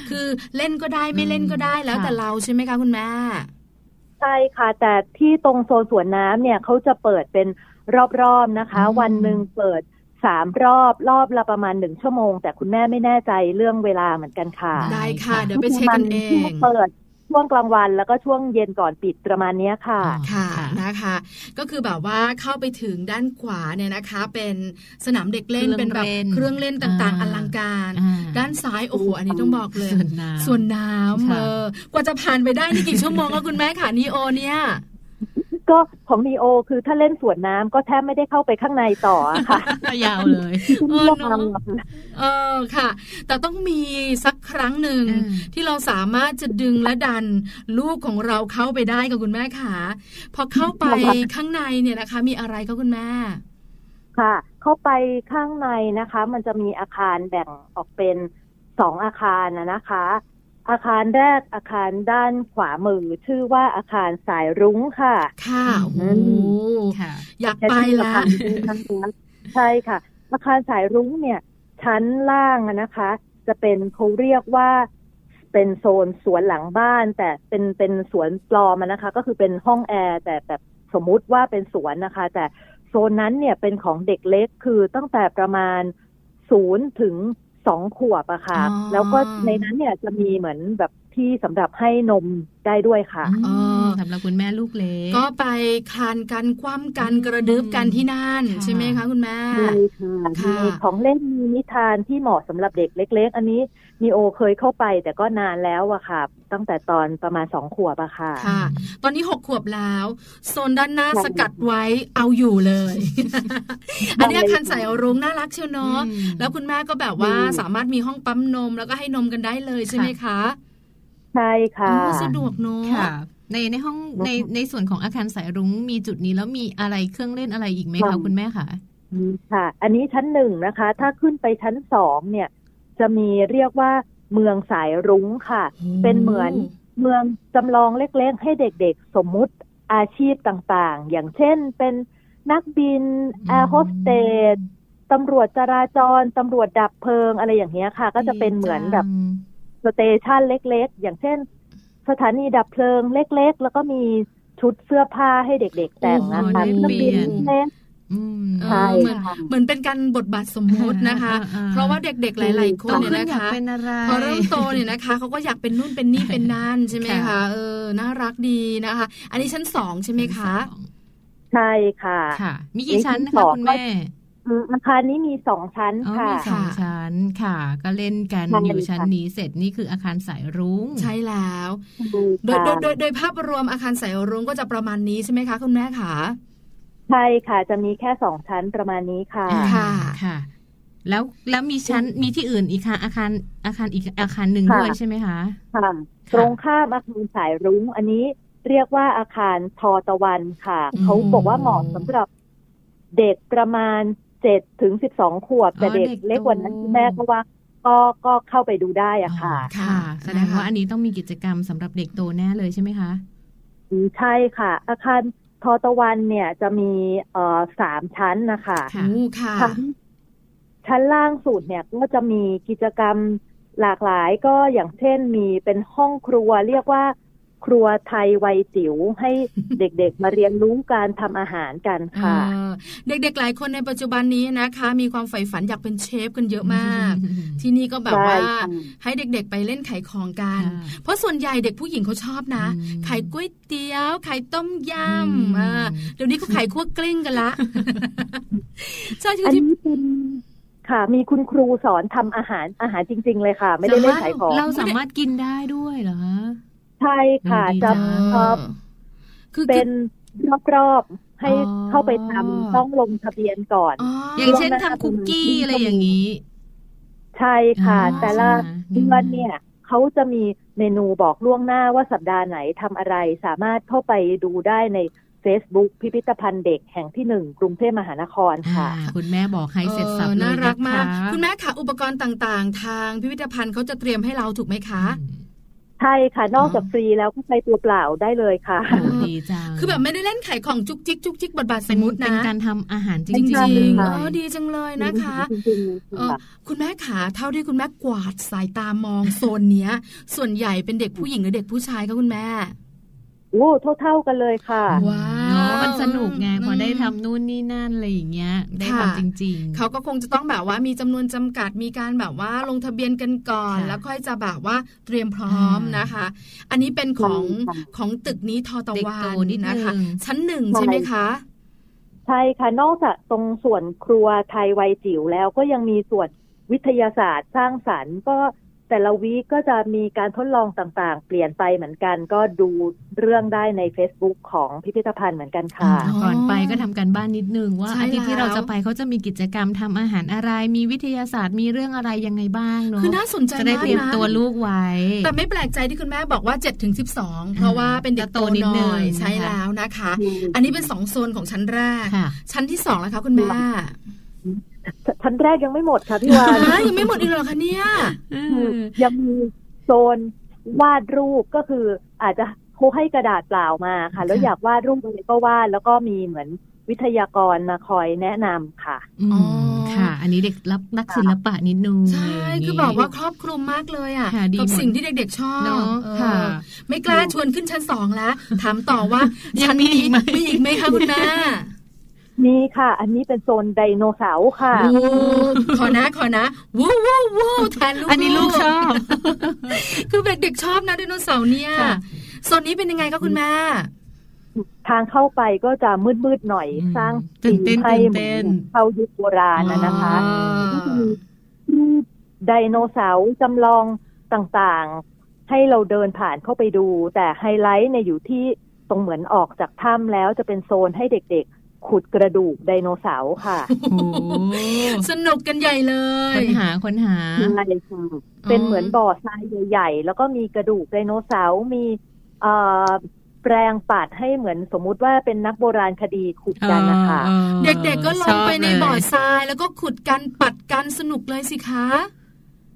[SPEAKER 3] คือเล่นก็ได้ไม่เล่นก็ได้แล้ว
[SPEAKER 2] ค่ะ
[SPEAKER 3] แต่เราใช่ไหมคะคุณแม่
[SPEAKER 6] ใช่ค่ะ แต่ที่ตรงโซนสวนน้ำเนี่ยเขาจะเปิดเป็นรอบๆนะคะ
[SPEAKER 3] อืม
[SPEAKER 6] วันหนึ่งเปิดสามรอบรอบละประมาณหนึ่งชั่วโมง แต่คุณแม่ไม่แน่ใจเรื่องเวลาเหมือนกันค่ะ
[SPEAKER 2] ได้
[SPEAKER 3] ได้ค่ะ
[SPEAKER 2] ค่ะ
[SPEAKER 3] เดี๋ยวไปเช็คกันเอ
[SPEAKER 6] ช่ว
[SPEAKER 3] ง
[SPEAKER 6] เปิดช่วงกลางวันแล้วก็ช่วงเย็นก่อนปิดประมาณเนี้ยค่ะ
[SPEAKER 2] อ๋อ
[SPEAKER 3] ค่ะ
[SPEAKER 2] ค่ะ
[SPEAKER 3] นะคะ ก็คือแบบว่าเข้าไปถึงด้านขวาเนี่ยนะคะ เป็นสนามเด็กเล่น
[SPEAKER 2] เครื่อง
[SPEAKER 3] เป็นแบบ
[SPEAKER 2] เล่น
[SPEAKER 3] เครื่องเล่นต่างๆ อ
[SPEAKER 2] อ่า
[SPEAKER 3] ลังการ
[SPEAKER 2] อ่
[SPEAKER 3] ด้านซ้ายโอ้โหอันนี้ต้องบอกเลย
[SPEAKER 2] ส่วนน้ำ
[SPEAKER 3] ส่วนน้ำ
[SPEAKER 2] ค่ะ
[SPEAKER 3] เออกว่าจะผ่านไปได้นี่กี่ชั่วโมงคะ คุณแม่ค่ะนีโอเนี่ย
[SPEAKER 6] ก็ของนีโอคือถ้าเล่นสวนน้ำก็แทบไม่ได้เข้าไปข้างในต่ออะค่ะ
[SPEAKER 2] ยาวเลย
[SPEAKER 3] เออเนอะเออค่ะ แต่ต้องมีสักครั้งหนึ่ง
[SPEAKER 2] อืม
[SPEAKER 3] ที่เราสามารถจะดึงและดันลูกของเราเข้าไปได้กับคุณแม่ค่ะพอเข้าไปข้างในเนี่ยนะคะ มีอะไรคะคุณแม่
[SPEAKER 6] ค่ะ เข้าไปข้างในนะคะ มันจะมีอาคารแบ่งออกเป็นสองอาคารนะนะคะ อาคารแรกอาคารด้านขวามือชื่อว่าอาคารสายรุ้งค่ะ
[SPEAKER 3] ค่ะโอ้โห
[SPEAKER 2] ค่ะ
[SPEAKER 3] อยากไปละ
[SPEAKER 6] ใช่ค่ะใช่ค่ะ อาคารสายรุ้งเนี่ย ชั้นล่างอะนะคะ จะเป็นเขาเรียกว่า เป็นโซนสวนหลังบ้าน แต่เป็นเป็นสวนปลอมอะนะคะ ก็คือเป็นห้องแอร์แต่แบบสมมุติว่าเป็นสวนนะคะ แต่โซนนั้นเนี่ยเป็นของเด็กเล็กคือตั้งแต่ประมาณศูนย์ถึงสองขวบอะค่ะ
[SPEAKER 2] อ๋อ
[SPEAKER 6] แล้วก็ในนั้นเนี่ยจะมีเหมือนแบบที่สำหรับให้นมได้ด้วยค่ะ
[SPEAKER 2] อืมสำหรับคุณแม่ลูกเล็ก
[SPEAKER 3] ก็ไปคลานกันคว่ำกันกระดึบกันที่นั่น
[SPEAKER 2] ค่ะ
[SPEAKER 3] ใช่ไหมคะคุณแม่
[SPEAKER 6] ใช่ค่ะ
[SPEAKER 3] ค่ะ
[SPEAKER 6] มีของเล่นมีนิทานที่เหมาะสำหรับเด็กเล็ก ๆ อันนี้มีโอเคยเข้าไปแต่ก็นานแล้วอะค่ะ ตั้งแต่ตอนประมาณสองขวบอะค่ะ
[SPEAKER 3] ค่ะ ตอนนี้หกขวบแล้วโซนด้านหน้า
[SPEAKER 6] ใช่
[SPEAKER 3] สกัดไว้เอาอยู่เลย
[SPEAKER 6] ได้เลย
[SPEAKER 3] อันนี้อาคารใส่รุ้งน่ารักเชียวเนาะ
[SPEAKER 2] อืม
[SPEAKER 3] แล้วคุณแม่ก็แบบว่าสามารถมีห้องปั๊มนมแล้วก็ให้นมกันได้เลยใช่ไหมคะ
[SPEAKER 6] ใช่ค่ะ
[SPEAKER 3] โอ้สะดวกเนาะ
[SPEAKER 2] ค่ะ ในในห้องในในส่วนของอาคารสายรุ้งมีจุดนี้แล้วมีอะไรเครื่องเล่นอะไรอีกไหม
[SPEAKER 6] มั
[SPEAKER 2] คะ
[SPEAKER 6] ม
[SPEAKER 2] คุณแม่คะ
[SPEAKER 6] มีค่ะ อันนี้ชั้นหนึ่งนะคะ ถ้าขึ้นไปชั้นสองเนี่ย จะมีเรียกว่าเมืองสายรุ้งค่ะ เป็นเหมือน เมืองจำลองเล็กๆ ให้เด็กๆ สมมุติอาชีพต่างๆ อย่างเช่นเป็นนักบินแอร์โฮสเตส ตำรวจจราจร ตำรวจดับเพลิงอะไรอย่างเงี้ยค่ะ ก็จะเป็นเหมือนแบบ สเตชันเล็กๆ อย่างเช่น สถานีดับเพลิงเล็กๆ แล้วก็มีชุดเสื้อผ้าให้เด็กๆ แต่งนะคะ
[SPEAKER 2] โอ้โห
[SPEAKER 6] เครื่อง
[SPEAKER 2] ได้เป
[SPEAKER 6] บิน
[SPEAKER 2] ลี่
[SPEAKER 6] เล็
[SPEAKER 2] ย
[SPEAKER 6] ก
[SPEAKER 2] น อืม
[SPEAKER 3] เอ
[SPEAKER 6] ใช่
[SPEAKER 3] อเหมือนเหมือนเป็นการบทบาทสมมุตินะคะ
[SPEAKER 2] อ่าอ่าอ่า
[SPEAKER 3] เพราะว่าเด็กๆหลาย ๆ ค
[SPEAKER 2] โต
[SPEAKER 3] นเนี่ย
[SPEAKER 2] ขึ้น
[SPEAKER 3] นะ
[SPEAKER 2] อยาก
[SPEAKER 3] คะ
[SPEAKER 2] เป็นอะไร
[SPEAKER 3] พอเริ่มโตเนี่ยนะคะเขาก็อยากเป็นนู่นเป็นนี่เป็นนั่ นใช่ไหม
[SPEAKER 2] ค่ะ
[SPEAKER 3] คะเออน่ารักดีนะคะ อันนี้ชั้นสองใช่ไหมคะ
[SPEAKER 6] ใช่ค่ะ
[SPEAKER 2] ค่ะ มีกี่ชั้นนะ
[SPEAKER 6] ชั้นส
[SPEAKER 2] คะ
[SPEAKER 6] อง
[SPEAKER 2] คุณแม่
[SPEAKER 6] อืมอาคารนี้มีสองชั้น
[SPEAKER 2] อ๋อ
[SPEAKER 6] ค่ะ
[SPEAKER 2] มีสองชั้นค่ะ ก็เล่นกัน
[SPEAKER 6] ใช่
[SPEAKER 2] อยู่ชั้น
[SPEAKER 6] ค่ะ
[SPEAKER 2] นี้เสร็จนี่คืออาคารสายรุ้ง
[SPEAKER 3] ใช่แล้ว โดย
[SPEAKER 6] ค่ะ
[SPEAKER 3] โดยโดยโดยภาพรวมอาคารสายรุ้งก็จะประมาณนี้ใช่ไหมคะคุณแม่คะ
[SPEAKER 6] ใช่ค่ะ จะมีแค่สองชั้นประมาณนี้ค่ะ
[SPEAKER 2] อ่า
[SPEAKER 3] ค่ะ
[SPEAKER 2] ค่ะ แล้วแล้วมีชั้นมีที่อื่นอีกค่ะอาคารอาคารอีกอาคารหนึ่ง
[SPEAKER 6] ค่ะ
[SPEAKER 2] ด้วยใช่ไหมคะ
[SPEAKER 6] ค่ะ ตรงข้ามอาคารสายรุ้ง อันนี้เรียกว่าอาคารทอตะวันค่ะ
[SPEAKER 3] อืม
[SPEAKER 6] เขาบอกว่าเหมาะสำหรับเด็กประมาณเจ็ดถึงสิบสองขวบ แต่
[SPEAKER 2] อ๋อ
[SPEAKER 6] เด็ก
[SPEAKER 2] เด็ก
[SPEAKER 6] เล็กกว่านั้น
[SPEAKER 2] โต
[SPEAKER 6] คุณแม่ก็ว่า ก็ก็เข้าไปดูได้อะค่ะ
[SPEAKER 2] อ๋อค่ะ
[SPEAKER 3] ค่ะ
[SPEAKER 2] แสดงว่าอันนี้ต้องมีกิจกรรมสำหรับเด็กโตแน่เลยใช่ไหมคะ
[SPEAKER 6] อืมใช่ค่ะ อาคารทอตะวันเนี่ยจะมีเอ่อสามชั้นนะคะ
[SPEAKER 2] ค่ะ
[SPEAKER 3] อู้ค่ะ
[SPEAKER 6] ชั้นชั้นล่างสุดเนี่ยก็จะมีกิจกรรมหลากหลายก็อย่างเช่นมีเป็นห้องครัว เรียกว่า ครัวไทยวัยจิ๋วให้ เด็กๆ มาเรียนรู้การทำอาหารกันค่ะ
[SPEAKER 3] เออเด็กๆหลายคนในปัจจุบันนี้นะคะ มีความใฝ่ฝันอยากเป็นเชฟกันเยอะมาก ที่นี่ก็แบบ
[SPEAKER 6] ใช่
[SPEAKER 3] ว่า
[SPEAKER 6] ค่ะ
[SPEAKER 3] ให้เด็กๆ ไปเล่นขายของกัน
[SPEAKER 2] ค่ะ
[SPEAKER 3] เพราะส่วนใหญ่เด็กผู้หญิงเขาชอบนะ
[SPEAKER 2] อืม
[SPEAKER 3] ขายก๋วยเตี๋ยวขายต้มย
[SPEAKER 2] อืม
[SPEAKER 3] ำอ่าเดี๋ยวนี้เขาขายคั่วกลิ้งกัน ละใช่คือ
[SPEAKER 6] อัน
[SPEAKER 3] ที่
[SPEAKER 6] นี้เป็นค่ะ มีคุณครูสอนทำอาหารอาหารจริง ๆ เลยค่ะ ไม่ได้เล่นขายของ
[SPEAKER 2] เราสามารถกินได้ด้วยเหรอคะ
[SPEAKER 6] ใช่ค่ะ
[SPEAKER 2] อืมดี
[SPEAKER 6] จะ
[SPEAKER 2] จัง
[SPEAKER 6] เอ่อ
[SPEAKER 3] คือ
[SPEAKER 6] เป็นรอบๆให้
[SPEAKER 2] อ๋อ
[SPEAKER 6] เข้าไปทำต้องลงทะเบียนก่อน
[SPEAKER 3] อ๋ออ
[SPEAKER 2] อย่างเช่นทำคุกกี้อะไรอย่างนี้
[SPEAKER 6] ใช่ค่ะ
[SPEAKER 2] อ่า
[SPEAKER 6] แต่ละ
[SPEAKER 2] ใช่
[SPEAKER 6] เดื
[SPEAKER 2] ไหม
[SPEAKER 6] อนเนี่ยเขาจะมีเมนูบอกล่วงหน้าว่าสัปดาห์ไหนทำอะไรสามารถเข้าไปดูได้ใน Facebook พิพิธภัณฑ์เด็กแห่งที่หนึ่งกรุงเทพมหานครค่ะ
[SPEAKER 2] อ่าคุณแม่บอกให้เสร็จสับ
[SPEAKER 3] ออ
[SPEAKER 2] เลยะ
[SPEAKER 3] น่า
[SPEAKER 2] คะ
[SPEAKER 3] รักมาก คุณแม่ค่ะ อุปกรณ์ต่างๆ ทางพิพิธภัณฑ์เขาจะเตรียมให้เราถูกไหมคะ
[SPEAKER 2] อืม
[SPEAKER 6] ใช่ค่ะ นอกจากฟรีแล้วก็ไปตัวเปล่าได้เลยค่ะ
[SPEAKER 2] โอ้ดีจัง
[SPEAKER 3] คือแบบไม่ได้เล่นขายของจุกจิกจุกจิกบทบาทส
[SPEAKER 2] เป็
[SPEAKER 3] ม
[SPEAKER 2] น
[SPEAKER 3] มุติ
[SPEAKER 2] เป็
[SPEAKER 3] นะ
[SPEAKER 2] นการทำอาหารจ
[SPEAKER 3] จ
[SPEAKER 2] ริ
[SPEAKER 3] ริ
[SPEAKER 2] ง
[SPEAKER 3] งๆ
[SPEAKER 2] ๆเล
[SPEAKER 3] เอย อดีจังเลยนะคะ
[SPEAKER 6] จริงๆ
[SPEAKER 3] เออ
[SPEAKER 6] ค่ะ
[SPEAKER 3] คุณแม่ขาเท่าที่คุณแม่กวาดสายตามองโซนเนี้ย ส่วนใหญ่เป็นเด็กผู้หญิงหรือเด็กผู้ชายคะคุณแม่
[SPEAKER 6] โอ้เท่าๆกันเลยค่ะ
[SPEAKER 3] ว้าว
[SPEAKER 2] เนอะมันสนุกไง
[SPEAKER 3] อืม
[SPEAKER 2] พอได้ทำนู่นนี่นั่นอะไรอย่างเงี้ย ได้
[SPEAKER 3] ค่ะ
[SPEAKER 2] ทำจริง
[SPEAKER 3] เขาก็คงจะต้องแบบว่ามีจำนวนจำกัดมีการแบบว่าลงทะเบียนกันก่อน
[SPEAKER 2] ค่ะ
[SPEAKER 3] แล้วค่อยจะแบบว่าเตรียมพร้อม
[SPEAKER 2] อ่าน
[SPEAKER 3] นะคะ อันนี้เป็นของ
[SPEAKER 6] ค่ะ
[SPEAKER 3] ของตึกนี้ทอตะ
[SPEAKER 2] เด็ก
[SPEAKER 3] วั
[SPEAKER 2] โต
[SPEAKER 3] น
[SPEAKER 2] นิดนึง
[SPEAKER 3] นะคะ ชั้นหนึ่งใช่ไหมคะ
[SPEAKER 6] ใช่ค่ะ นอกจากตรงส่วนครัวไทยวัยจิ๋วแล้วก็ยังมีส่วนวิทยาศาสตร์สร้างสรรค์ ก็แต่ละวีคก็จะมีการทดลองต่างๆ เปลี่ยนไปเหมือนกัน ก็ดูเรื่องได้ใน Facebook ของพิพิธภัณฑ์เหมือนกันค่ะ
[SPEAKER 2] อ่าก่อนไปก็ทำกันบ้านนิดนึงว่า
[SPEAKER 3] ใช่
[SPEAKER 2] อาทิตย์ที่
[SPEAKER 3] แล้ว
[SPEAKER 2] เราจะไปเขาจะมีกิจกรรมทำอาหารอะไร มีวิทยาศาสตร์มีเรื่องอะไรยังไงบ้างเนาะ
[SPEAKER 3] คือน่าสนใจ
[SPEAKER 2] จะได้
[SPEAKER 3] มาก
[SPEAKER 2] เตรียม
[SPEAKER 3] นะ
[SPEAKER 2] ตัวลูกไว้
[SPEAKER 3] แต่ไม่แปลกใจที่คุณแม่บอกว่า7จ็ถึงสิเพราะว่าเป็นเด็ก
[SPEAKER 2] จะ
[SPEAKER 3] โต
[SPEAKER 2] โตนิด
[SPEAKER 3] ห
[SPEAKER 2] นึ
[SPEAKER 3] น่
[SPEAKER 2] ง
[SPEAKER 3] อย
[SPEAKER 2] นะคะ
[SPEAKER 3] ใช่แล้วนะคะ อันนี้เป็น 2 โซนของชั้นแรก
[SPEAKER 2] ค่ะ
[SPEAKER 3] ชั้นที่2แล้วคะคุณแม่
[SPEAKER 6] ชั้นแรกยังไม่หมดค่ะพี่วาน
[SPEAKER 3] ฮะยังไม่หมดอีกเหรอคะเนี่ย
[SPEAKER 6] ยังมีโซนวาดรูปก็คืออาจจะเขาให้กระดาษเปล่ามาค่ะ แล้ว
[SPEAKER 2] ค่ะ
[SPEAKER 6] อยากวาดรูปอะไรก็วาดแล้วก็มีเหมือนวิทยากรมาคอยแนะนำค่ะ
[SPEAKER 2] อืม
[SPEAKER 3] อ๋อ
[SPEAKER 2] ค่ะ อันนี้เด็กรับนักศิลปะนิดนึง
[SPEAKER 3] ใช่
[SPEAKER 2] ะไรย่งงี้
[SPEAKER 3] คือบอกว่าครอบคลุมมากเลยอ่ะ
[SPEAKER 2] ค่ะดี
[SPEAKER 3] กับ
[SPEAKER 2] หมด
[SPEAKER 3] สิ่งที่เด็กๆชอบ
[SPEAKER 2] เนาะ
[SPEAKER 3] เออ
[SPEAKER 2] ค่ะ
[SPEAKER 3] ไม่กล้าชวนขึ้นชั้นสองแล้ว ถามต่อ ว่า
[SPEAKER 2] ยัง
[SPEAKER 3] ชั้น
[SPEAKER 2] มีอีกไหม
[SPEAKER 3] มีอีกไหมคะคุณแม่
[SPEAKER 6] นี่ค่ะ อันนี้เป็นโซนไดโนเสาร์ค่ะ
[SPEAKER 3] โอ้ขอนะขอนะวู้วู้วู้แทนลูก
[SPEAKER 2] อันนี้ลูกชอบ
[SPEAKER 3] คือเด็กๆชอบนะไดโนเสาร์เนี่ย
[SPEAKER 2] ค่ะ
[SPEAKER 3] โซนนี้เป็นยังไงคะคุณแม่
[SPEAKER 6] ทางเข้าไปก็จะมืดๆหน่อย
[SPEAKER 2] อืม
[SPEAKER 6] สร้าง
[SPEAKER 2] ตื่นเต้น
[SPEAKER 6] ธีมให้
[SPEAKER 2] ตื่น
[SPEAKER 6] เหมื
[SPEAKER 2] เต้
[SPEAKER 6] อน เข้ายุคโบราณนะนะคะ
[SPEAKER 3] อ๋อ
[SPEAKER 6] ก็จะมีรูปไดโนเสาร์จำลองต่างๆ ให้เราเดินผ่านเข้าไปดู แต่ไฮไลท์เนี่ยอยู่ที่ตรงเหมือนออกจากถ้ำแล้วจะเป็นโซนให้เด็กๆ ขุดกระดูกไดโนเสาร์ค่ะ
[SPEAKER 2] โอ้โห
[SPEAKER 3] สนุกกันใหญ่เลย
[SPEAKER 2] ค้นหาค้นหา
[SPEAKER 6] ใช่ค่ะเป็นเหมือนบ่อทรายใหญ่ๆ แล้วก็มีกระดูกไดโนเสาร์มีเอ่อแปรงปัดให้เหมือนสมมุติว่าเป็นนักโบราณคดีขุดกันนะคะ
[SPEAKER 2] เออออ
[SPEAKER 3] เด็กๆก็ล
[SPEAKER 2] ช
[SPEAKER 3] ง
[SPEAKER 2] บ
[SPEAKER 3] ไปในบ่อ
[SPEAKER 2] เลย
[SPEAKER 3] ทรายแล้วก็ขุดกันปัดกันสนุกเลยสิคะ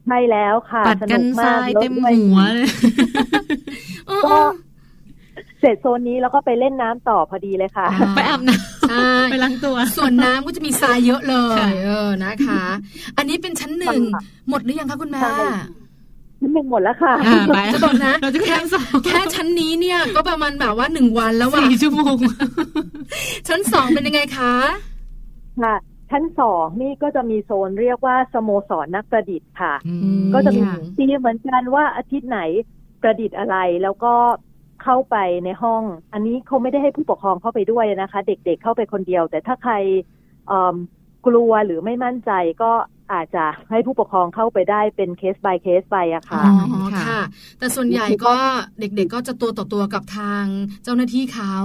[SPEAKER 6] ใช่แล้วค่ะ
[SPEAKER 2] ปัดกัน
[SPEAKER 6] ส
[SPEAKER 2] ทราย
[SPEAKER 6] แล้ว
[SPEAKER 2] เต็ม
[SPEAKER 6] ด้วย
[SPEAKER 2] หัวเลย
[SPEAKER 3] เออ
[SPEAKER 6] ก็เสร็จโซนนี้แล้วก็ไปเล่นน้ำต่อพอดีเลยค่ะ
[SPEAKER 2] ไปอาบน้
[SPEAKER 3] ใช่
[SPEAKER 2] ำไปล้างตัว
[SPEAKER 3] ส่วนน้ำก็จะมีทรายเยอะเลย
[SPEAKER 2] ค่ะ
[SPEAKER 3] เออนะคะ อันนี้เป็นชั้นหนึ่ง
[SPEAKER 6] ค่ะ
[SPEAKER 3] หมดหรือยังคะคุณแม่
[SPEAKER 6] ใช่ นั่นเป็นหมดแล้วค่ะ
[SPEAKER 2] อ่าไป
[SPEAKER 3] จะบอกนะ
[SPEAKER 2] เราจะแค่สอง
[SPEAKER 3] แค่ชั้นนี้เนี่ยก็ประมาณแบบว่าหนึ่งวันแล้วอะ
[SPEAKER 2] สี่ชั่วโมง
[SPEAKER 3] ชั้นสองเป็นยังไงคะ
[SPEAKER 6] ค่ะ ชั้นสองนี่ก็จะมีโซนเรียกว่าสโมสรนักประดิษฐ์ค่ะ
[SPEAKER 3] ม
[SPEAKER 6] ก็จะมี
[SPEAKER 2] ค่ะ
[SPEAKER 6] ตีเหมือนกันว่าอาทิตย์ไหนประดิษฐ์อะไรแล้วก็เข้าไปในห้อง อันนี้เขาไม่ได้ให้ผู้ปกครองเข้าไปด้วยนะคะ เด็กๆเข้าไปคนเดียว แต่ถ้าใครเอิ่มกลัวหรือไม่มั่นใจก็อาจจะให้ผู้ปกครองเข้าไปได้เป็นเคส by เคสไปอะค่ะ
[SPEAKER 2] อ๋
[SPEAKER 3] อ๋
[SPEAKER 2] อ
[SPEAKER 3] อ
[SPEAKER 2] ค่ะ
[SPEAKER 3] ค่ะ แต่ส่วนใหญ่ก็เด็กๆก็จะตัวต่อตัวกับทางเจ้าหน้าที่เขา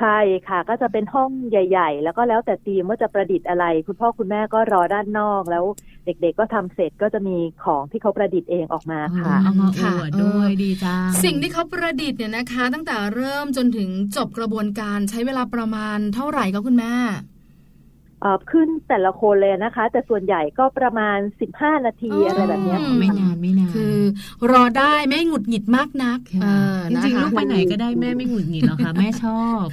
[SPEAKER 6] ใช่ค่ะ ก็จะเป็นห้องใหญ่ ๆ แล้วก็แล้วแต่ทีมว่าจะประดิษฐ์อะไร คุณพ่อคุณแม่ก็รอด้านนอกแล้ว เด็ก ๆ ก็ทำเสร็จก็จะมีของที่เขาประดิษฐ์เองออกมาค่ะ
[SPEAKER 2] เอามาอ
[SPEAKER 3] ค่ะ
[SPEAKER 2] วด
[SPEAKER 3] เออ
[SPEAKER 2] ด้วยดีจัง
[SPEAKER 3] สิ่งที่เขาประดิษฐ์เนี่ยนะคะ ตั้งแต่เริ่มจนถึงจบกระบวนการใช้เวลาประมาณเท่าไหร่คะคุณแม่
[SPEAKER 6] เอ่อขึ้นแต่ละคนเลยนะคะ แต่ส่วนใหญ่ก็ประมาณ 15 นาที
[SPEAKER 3] อ๋ออ
[SPEAKER 6] อะไรแบบเนี้ย
[SPEAKER 3] อื
[SPEAKER 2] ไม่นานไม่นาน
[SPEAKER 3] คือรอได้ไม่หงุดหงิดมากนัก
[SPEAKER 2] ค่ะ
[SPEAKER 3] เออ
[SPEAKER 2] จ
[SPEAKER 3] นะคะ
[SPEAKER 2] ริงๆลูกไปไหนก็ได้แม่ไม่หงุดหงิดหรอกค่ะ แม่ชอบ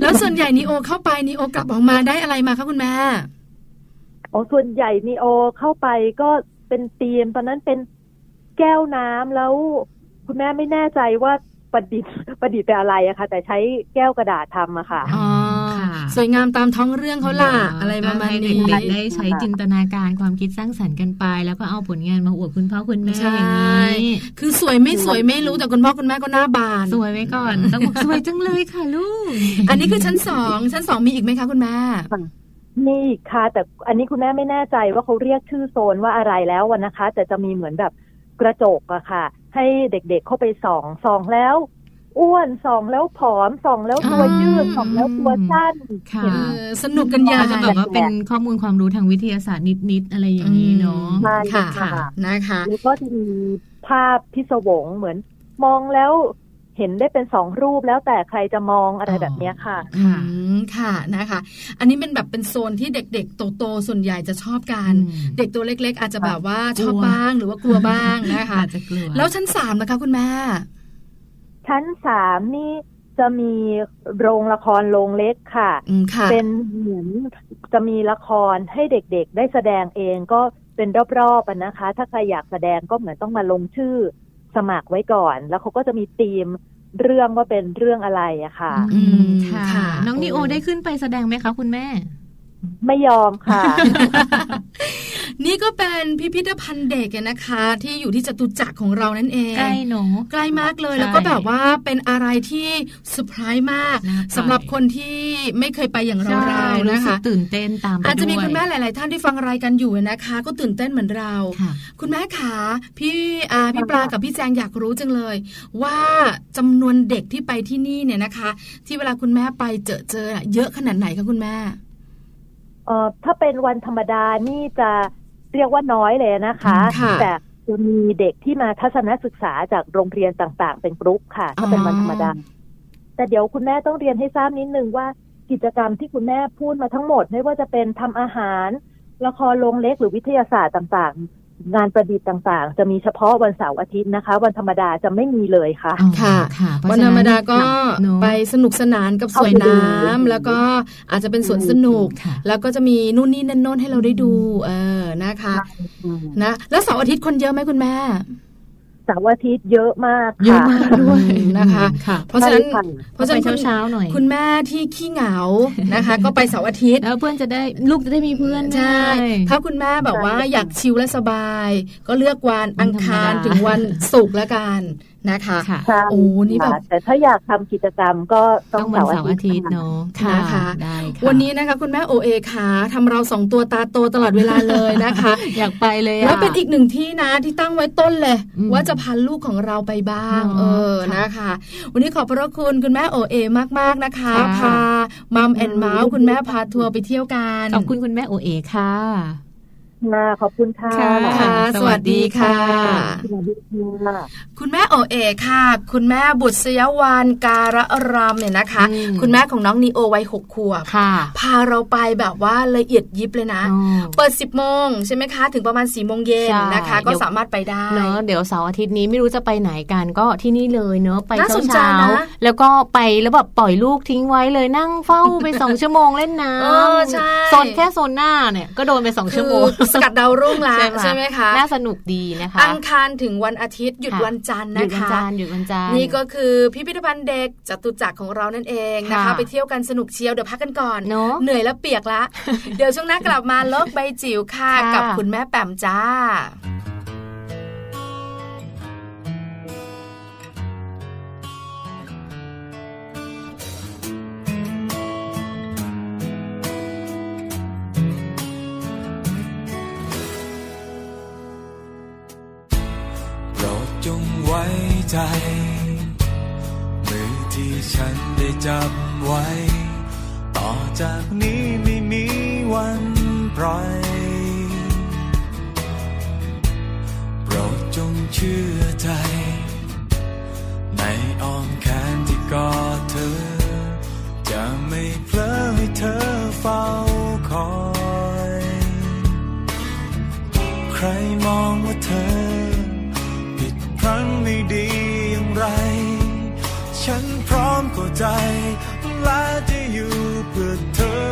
[SPEAKER 3] แล้วส่วนใหญ่นีโอเข้าไปนีโอกลับออกมาได้อะไรมาคะคุณแม่
[SPEAKER 6] โอ้ส่วนใหญ่นีโอเข้าไปก็เป็นธีมตอนนั้นเป็นแก้วน้ำแล้ว คุณแม่ไม่แน่ใจว่าประดิษฐ์ ประดิษฐ์เป็นอะไรอะค่ะ แต่ใช้แก้วกระดาษทำอะค่ะ
[SPEAKER 3] อ๋อ
[SPEAKER 2] ค่ะ
[SPEAKER 3] สวยงามตามท้องเรื่องเขาล่ะอะไรประมาณนี้
[SPEAKER 2] ให้เด็กๆได้ใช้จินตนาการความคิดสร้างสรรค์กันไป แล้วก็เอาผลงานมาอวดคุณพ่อคุณแม่
[SPEAKER 3] ใช่
[SPEAKER 2] อย่างนี้
[SPEAKER 3] คือสวยไม่สวยไม่รู้แต่คุณพ่อคุณแม่ก็หน้าบาน
[SPEAKER 2] สวยไว้ก่อนต้องบอกสวยจังเลยค่ะลูก
[SPEAKER 3] อันนี้คือชั้นสองชั้นสองมีอีกไหมคะคุณแม่
[SPEAKER 6] นี่ค่ะ แต่อันนี้คุณแม่ไม่แน่ใจว่าเขาเรียกชื่อโซนว่าอะไรแล้วอะนะคะ แต่จะมีเหมือนแบบกระจกอะค่ะ ให้เด็กๆเข้าไปส่องส่องแล้ว อ้วนส่องแล้วผอมส่องแล้วตัวยืดส่องแล้วตัวสั้น
[SPEAKER 2] ค่ะ
[SPEAKER 6] เห็น
[SPEAKER 3] เออสนุกกันยาว
[SPEAKER 2] อาจจะแบบว่าเป็นข้อมูลความรู้ทางวิทยาศาสตร์นิดๆอะไรอย่างนี้เนาะ
[SPEAKER 6] ใช่
[SPEAKER 3] ค่ะ
[SPEAKER 6] ค่ะ
[SPEAKER 3] นะคะ
[SPEAKER 6] แล้วก็จะมีภาพพิศวงเหมือน มองแล้วเห็นได้เป็นสองรูปแล้วแต่ใครจะมองอะไร
[SPEAKER 2] อ๋อ
[SPEAKER 6] แบบเนี้ยค่ะ
[SPEAKER 2] ค่ะ
[SPEAKER 3] อืมค่ะนะคะ อันนี้เป็นแบบเป็นโซนที่เด็กๆโตๆส่วนใหญ่จะชอบกัน
[SPEAKER 2] อืม
[SPEAKER 3] เด็กตัวเล็ก ๆ อาจจะแบบว่าชอบ
[SPEAKER 2] กลัว
[SPEAKER 3] บ้างหรือว่ากลัวบ้างนะคะ
[SPEAKER 2] อาจจะกลัว
[SPEAKER 3] แล้วชั้นสามนะคะคุณแม่
[SPEAKER 6] ชั้นสามนี่จะมีโรงละครโรงเล็กค่ะ
[SPEAKER 3] อืมค่ะ
[SPEAKER 6] เป็นเหมือนจะมีละครให้เด็กๆ ได้แสดงเองก็เป็นรอบๆอะนะคะ ถ้าใครอยากแสดงก็เหมือนต้องมาลงชื่อสมัครไว้ก่อน แล้วเขาก็จะมีธีมเรื่องว่าเป็นเรื่องอะไรอะค่ะ
[SPEAKER 2] อืม
[SPEAKER 3] ค่ะ
[SPEAKER 2] ค่ะ น้องนิโอได้ขึ้นไปแสดงไหมคะคุณแม่
[SPEAKER 6] ไม่ยอมค่ะ
[SPEAKER 3] นี่ก็เป็นพิพิธภัณฑ์เด็กนะคะ ที่อยู่ที่จตุจักรของเรานั่นเอง
[SPEAKER 2] ใกล้หนู
[SPEAKER 3] ใกล้มากเลย
[SPEAKER 2] ใช่
[SPEAKER 3] แล้วก็แบบว่าเป็นอะไรที่เซอร์ไพรส์มาก
[SPEAKER 2] น่าไป
[SPEAKER 3] สำหรับคนที่ไม่เคยไปอย่างเรา
[SPEAKER 2] ใช่
[SPEAKER 3] ๆ
[SPEAKER 2] รู้
[SPEAKER 3] นะ
[SPEAKER 2] สึก
[SPEAKER 3] คะ
[SPEAKER 2] ตื่นเต้นตามไป
[SPEAKER 3] อาจจะมี
[SPEAKER 2] ด้วย
[SPEAKER 3] คุณแม่หลาย ๆ ท่านที่ฟังรายการอยู่นะคะ ก็ตื่นเต้นเหมือนเรา
[SPEAKER 2] ค่ะ
[SPEAKER 3] คุณแม่ขาพี่อาพี่ปลากับพี่แจงอยากรู้จังเลย ว่าจำนวนเด็กที่ไปที่นี่เนี่ยนะคะ ที่เวลาคุณแม่ไปเจอเจอน่ะเยอะขนาดไหนคะคุณแม่
[SPEAKER 6] เอ่อถ้าเป็นวันธรรมดานี่จะเรียกว่าน้อยเลยนะคะ
[SPEAKER 3] ค่ะ
[SPEAKER 6] แต่จะมีเด็กที่มาทัศนศึกษาจากโรงเรียนต่างๆ เป็นกรุ๊ปค่ะ ถ้าเป็นวันธรรมดา แต่เดี๋ยวคุณแม่ต้องเรียนให้ทราบนิดนึงว่ากิจกรรมที่คุณแม่พูดมาทั้งหมด ไม่ว่าจะเป็นทำอาหาร ละครโรงเล็กหรือวิทยาศาสตร์ต่างๆ งานประดิษฐ์ต่างๆ จะมีเฉพาะวันเสาร์อาทิตย์นะคะ วันธรรมดาจะไม่มีเลยค่ะ
[SPEAKER 2] อ๋อ
[SPEAKER 3] ค่ะ
[SPEAKER 2] ค่ะเพะ
[SPEAKER 3] วัน
[SPEAKER 2] ฉะ
[SPEAKER 3] ธรรมดาก็
[SPEAKER 2] เนอะ
[SPEAKER 3] ไปสนุกสนานกับสวยน้ำแล้วก็อาจจะเป็นสวนสนุก
[SPEAKER 2] ค่ะ
[SPEAKER 3] แล้วก็จะมีนู่นนี่นั่นโน่นให้เราได้ดูเออนะคะนะแล้วเสาร์อาทิตย์คนเยอะไหมคุณแม่
[SPEAKER 6] เสาร์อาทิตย์เยอะมากค่ะ
[SPEAKER 3] เยอะมากด้วยนะคะ
[SPEAKER 2] ค่ะ
[SPEAKER 3] เพราะฉะนั้น
[SPEAKER 6] ใช่ค่ะ
[SPEAKER 3] เพราะฉะนั้น
[SPEAKER 2] ไปเช้าๆหน่อย
[SPEAKER 3] คุณแม่ที่ขี้เหงานะคะ ก็ไปเสาร์อาทิตย์
[SPEAKER 2] แล้วเพื่อนจะได้ลูกจะได้มีเพื่อน
[SPEAKER 3] ใช่
[SPEAKER 2] ได้
[SPEAKER 3] ถ้าคุณแม่แบบว่า
[SPEAKER 6] ใช่ค่ะ
[SPEAKER 3] อยากชิลและสบาย ก็เลือกวัน
[SPEAKER 2] วัน
[SPEAKER 3] อังคาร
[SPEAKER 2] ธรรมดา
[SPEAKER 3] ถึงวันศุกร์ละกันนะคะ
[SPEAKER 2] ค่ะ
[SPEAKER 6] ใช่
[SPEAKER 3] โอ้นี่แบบ
[SPEAKER 6] ค่ะแต่ถ้าอยากทำกิจกรรมก็ต้
[SPEAKER 2] ต้อ
[SPEAKER 6] อ
[SPEAKER 2] ง งวัน
[SPEAKER 6] เสาร์
[SPEAKER 2] เสาร์อา
[SPEAKER 6] อาทิ
[SPEAKER 2] ทิ
[SPEAKER 6] ต
[SPEAKER 2] ต
[SPEAKER 6] ย์
[SPEAKER 2] ย์
[SPEAKER 6] ค่ะ
[SPEAKER 2] เนาะค่ะ
[SPEAKER 3] นะคะ
[SPEAKER 2] ได้ค่ะ
[SPEAKER 3] วันนี้นะคะ คุณแม่โอเอค่ะทำเราสองตัวตาโตตลอดเวลาเลยนะคะ
[SPEAKER 2] อยากไปเลยะ
[SPEAKER 3] แล้วเป็นอีกหนึ่งที่นะที่ตั้งไว้ต้นเลย
[SPEAKER 2] อืม
[SPEAKER 3] ว่าจะพาลูกของเราไปบ้าง
[SPEAKER 2] เนอะ
[SPEAKER 3] เออ
[SPEAKER 2] ค่ะ
[SPEAKER 3] นะคะ วันนี้ขอบพระคุณคุณแม่โอเอมากๆนะคะพา
[SPEAKER 2] ค่ะ
[SPEAKER 3] มัมแอนเมาส์คุณแม่พาทัวร์ไปเที่ยวกัน
[SPEAKER 2] ขอบคุณคุณแม่โอเอค่ะ
[SPEAKER 6] ค่ะขอบคุณค่ะ
[SPEAKER 2] ค่ะ
[SPEAKER 3] ค่ะ สวัสดีค่ะ
[SPEAKER 6] สวัสดีค่ะ
[SPEAKER 3] คุณแม่โอเอค่ะ คุณแม่บุตรยวันการะรามเนี่ยนะคะ
[SPEAKER 2] อืม
[SPEAKER 3] คุณแม่ของน้องนีโอวัยหกขวบ
[SPEAKER 2] ค่ะ
[SPEAKER 3] พาเราไปแบบว่าละเอียดยิบเลยนะ
[SPEAKER 2] อ๋อ
[SPEAKER 3] เปิด 10โมงใช่ไหมคะ ถึงประมาณ4ี่โมงเย็น
[SPEAKER 2] ใช่
[SPEAKER 3] นะคะ ก็
[SPEAKER 2] เดี๋ยว
[SPEAKER 3] สามารถไปได้
[SPEAKER 2] เนอะเดี๋ยวเสาร์อาทิตย์นี้ไม่รู้จะไปไหนกันก็ที่นี่เลยเนอะไป
[SPEAKER 3] น่าสนใจ
[SPEAKER 2] เช้า
[SPEAKER 3] นะ
[SPEAKER 2] ๆแล้วก็ไปแล้วแบบปล่อยลูกทิ้งไว้เลยนั่งเฝ้าไปสองชั่วโมงเล่นน้
[SPEAKER 3] เออใช่
[SPEAKER 2] ำโซนแค่โซนหน้าเนี่ยก็โดนไปสอง
[SPEAKER 3] คื
[SPEAKER 2] ชั่วโมง
[SPEAKER 3] สกัดดาวรุ่งละใช่ไหมคะ
[SPEAKER 2] น่าสนุกดีนะคะ
[SPEAKER 3] อังคารถึงวันอาทิตย์หยุด
[SPEAKER 2] ค่ะ
[SPEAKER 3] วันจันทร์
[SPEAKER 2] หยุ
[SPEAKER 3] นะ
[SPEAKER 2] ดวัน
[SPEAKER 3] คะ
[SPEAKER 2] จันทร์หยุดวันจันทร์
[SPEAKER 3] นี่ก็คือพิพิธภัณฑ์เด็กจตุจักรของเรานั่นเองนะคะ
[SPEAKER 2] ค่ะ
[SPEAKER 3] ไปเที่ยวกันสนุกเชียวเดี๋ยวพักกันก่อน
[SPEAKER 2] เนอะ
[SPEAKER 3] เหนื่อยแล้วเปียกละ เดี๋ยวช่วงหน้ากลับมาโลกใบจิ๋วค่ะ
[SPEAKER 2] ค่ะ
[SPEAKER 3] กับคุณแม่แปมจ้า
[SPEAKER 1] โปรดจงไว้ใจ มือที่ฉันได้จับไว้ ต่อจากนี้ไม่มีวันปล่อย โปรดจงเชื่อใจ ในอ้อมแขนที่กอดเธอ จะไม่เพลอให้เธอเฝ้าคอย ใครมองว่าเธอ ผิดพลั้งไม่ดีอย่างไร ฉันพร้อมเข้าใจ และจะอยู่เพื่อเธอ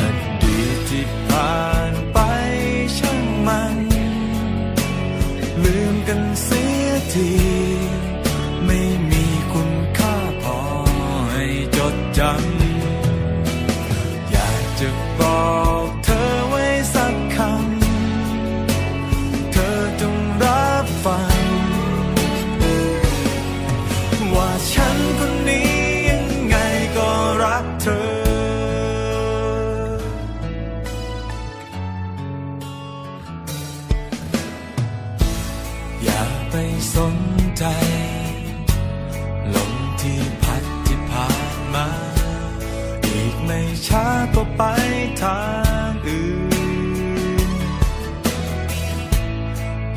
[SPEAKER 1] อดีตที่ผ่านไปช่างมัน ลืมกัน างอื่น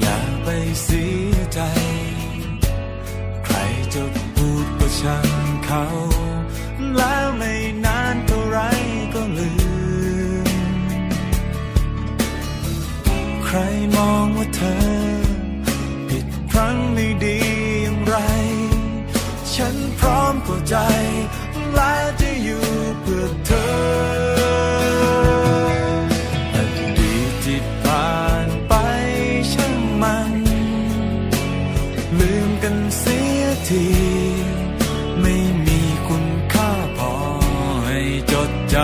[SPEAKER 1] อย่าไปเสียใจ ใครจะพูดก็ช่างเขา แล้วไม่นานเท่าไรก็ลืม ใครมองว่าเธอ ผิดพลั้งไม่ดีอย่างไร ฉันพร้อมเข้าใจ และจะอยู่เพื่อเธออดีตที่ผ่านไปช่างมัน ลืมกันเสียที ไม่มีคุณค่าพอให้จดจ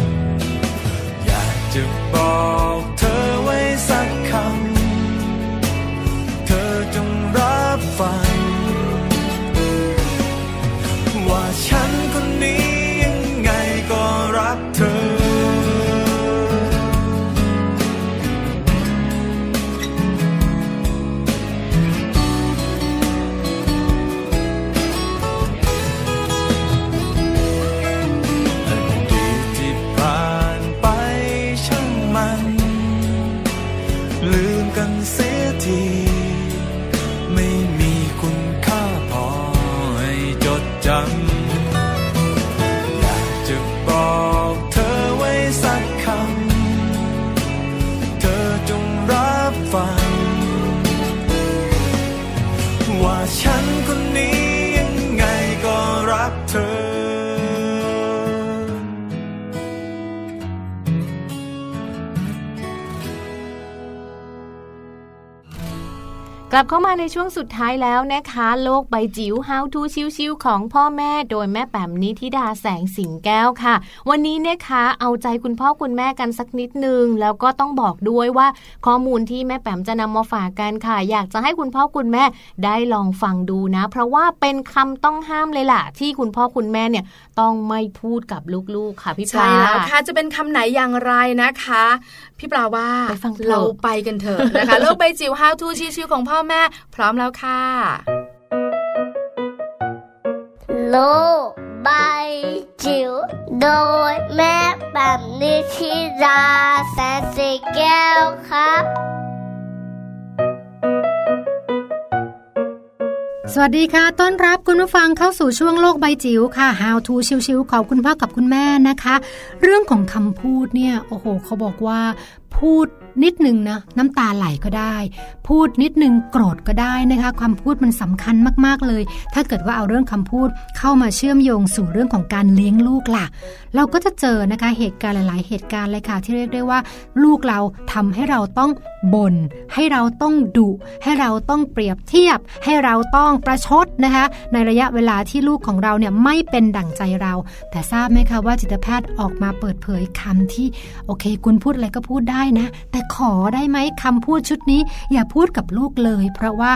[SPEAKER 1] ำ อยากจะบอกเธอไว้สักคำ เธอจงรับฟัง ว่าฉันคนนี้ยังไงก็รักเธอ อดีตที่ผ่านไปช่างมัน ลืมกันเสียที ไม่มีคุณค่าพอให้จดจำ อยากจะบอกเธอไว้สักคำ เธอจงรับฟัง ว่าฉันคนนี้ยังไงก็รักเธอ
[SPEAKER 2] กลับเข้ามาในช่วงสุดท้ายแล้วนะคะ โลกใบจิ๋ว How to ชิวๆของพ่อแม่ โดยแม่แปมนิธิดาแสงสิงแก้วค่ะ วันนี้นะคะเอาใจคุณพ่อคุณแม่กันสักนิดนึง แล้วก็ต้องบอกด้วยว่าข้อมูลที่แม่แปมจะนำมาฝากกันค่ะ อยากจะให้คุณพ่อคุณแม่ได้ลองฟังดูนะ เพราะว่าเป็นคำต้องห้ามเลยล่ะ ที่คุณพ่อคุณแม่เนี่ยต้องไม่พูดกับลูกๆค่ะพี่ปลา
[SPEAKER 3] ใช่แล้วค่ะ จะเป็นคำไหนอย่างไรนะคะ พี่ปลาว่า
[SPEAKER 2] ไปฟังเถอะ
[SPEAKER 3] เราไปกันเถอะนะคะ โลกใบจิ๋ว How to ชิวๆของพ่อแม่ พร้อมแล้วค่ะ
[SPEAKER 7] โลกใบจิ๋วโดยแม่แบบนิชิราแสนสีแก้วครับ
[SPEAKER 4] สวัสดีค่ะ ต้อนรับคุณผู้ฟังเข้าสู่ช่วงโลกใบจิ๋วค่ะ How to ชิวๆของคุณพ่อกับคุณแม่นะคะ เรื่องของคำพูดเนี่ย โอ้โห เขาบอกว่า พูดนิดหนึ่งนะน้ำตาไหลก็ได้ พูดนิดหนึ่งโกรธก็ได้นะคะความพูดมันสำคัญมากๆเลย ถ้าเกิดว่าเอาเรื่องคำพูดเข้ามาเชื่อมโยงสู่เรื่องของการเลี้ยงลูกล่ะ เราก็จะเจอนะคะเหตุการณ์หลาย ๆ เหตุการณ์เลยค่ะ ที่เรียกได้ว่า ลูกเราทำให้เราต้องบ่นให้เราต้องดุ ให้เราต้องเปรียบเทียบ ให้เราต้องประชดนะคะ ในระยะเวลาที่ลูกของเราเนี่ยไม่เป็นดั่งใจเรา แต่ทราบไหมคะว่าจิตแพทย์ออกมาเปิดเผยคำที่โอเค คุณพูดอะไรก็พูดได้นะ แต่ขอได้ไหมคำพูดชุดนี้ อย่าพูดกับลูกเลย เพราะว่า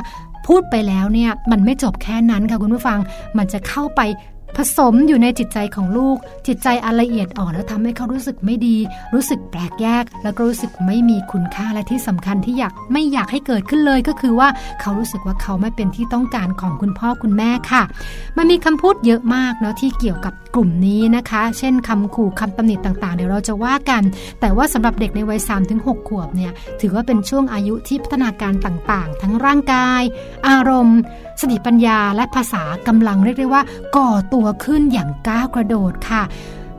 [SPEAKER 4] พูดไปแล้วเนี่ยมันไม่จบแค่นั้นค่ะคุณผู้ฟังมันจะเข้าไป ผสมอยู่ในจิตใจของลูก จิตใจอันละเอียดอ่อนแล้วทำให้เขารู้สึกไม่ดี รู้สึกแปลกแยก แล้วก็รู้สึกไม่มีคุณค่าและที่สำคัญที่อยากไม่อยากให้เกิดขึ้นเลยก็คือว่าเขารู้สึกว่าเขาไม่เป็นที่ต้องการของคุณพ่อคุณแม่ค่ะ มันมีคำพูดเยอะมากเนาะที่เกี่ยวกับกลุ่มนี้นะคะ เช่นคำขู่คำตำหนิต่างๆ เดี๋ยวเราจะว่ากัน แต่ว่าสำหรับเด็กในวัย 3-6 ขวบเนี่ยถือว่าเป็นช่วงอายุที่พัฒนาการต่างๆ ทั้งร่างกาย อารมณ์ สติปัญญาและภาษากำลังเรียกได้ว่า ก่อตัวขึ้นอย่างก้าวกระโดดค่ะ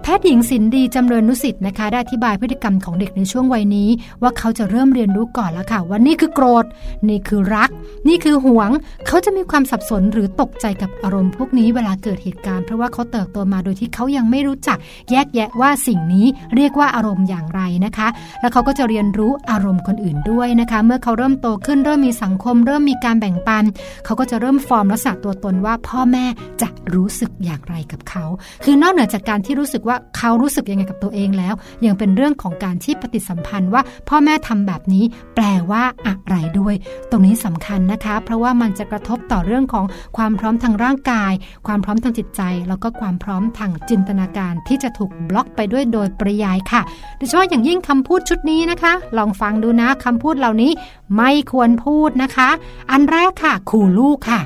[SPEAKER 4] แพทย์หญิงสินดีจำเริญนุสิทธิ์นะคะ ได้อธิบายพฤติกรรมของเด็กในช่วงวัยนี้ ว่าเขาจะเริ่มเรียนรู้ก่อนแล้วค่ะ ว่านี่คือโกรธ นี่คือรัก นี่คือหวง เขาจะมีความสับสนหรือตกใจกับอารมณ์พวกนี้เวลาเกิดเหตุการณ์เพราะว่าเขาเติบโตมาโดยที่เขายังไม่รู้จัก แยกแยะว่าสิ่งนี้เรียกว่าอารมณ์อย่างไรนะคะ แล้วเขาก็จะเรียนรู้อารมณ์คนอื่นด้วยนะคะ เมื่อเขาเริ่มโตขึ้นเริ่มมีสังคม เริ่มมีการแบ่งปัน เขาก็จะเริ่มฟอร์มลักษณะตัวตนว่าพ่อแม่จะรู้สึกอย่างไรกับเขา คือนอกเหนือจากการที่รู้สึกว่าเขารู้สึกยังไงกับตัวเองแล้ว ยังเป็นเรื่องของการที่ปฏิสัมพันธ์ว่าพ่อแม่ทำแบบนี้ แปลว่าอะไรด้วย ตรงนี้สำคัญนะคะ เพราะว่ามันจะกระทบต่อเรื่องของความพร้อมทางร่างกาย ความพร้อมทางจิตใจ แล้วก็ความพร้อมทางจินตนาการที่จะถูกบล็อกไปด้วยโดยปริยายค่ะ โดยเฉพาะอย่างยิ่งคำพูดชุดนี้นะคะ ลองฟังดูนะคำพูดเหล่านี้ไม่ควรพูดนะคะ อันแรกค่ะ ขู่ลูกค่ะ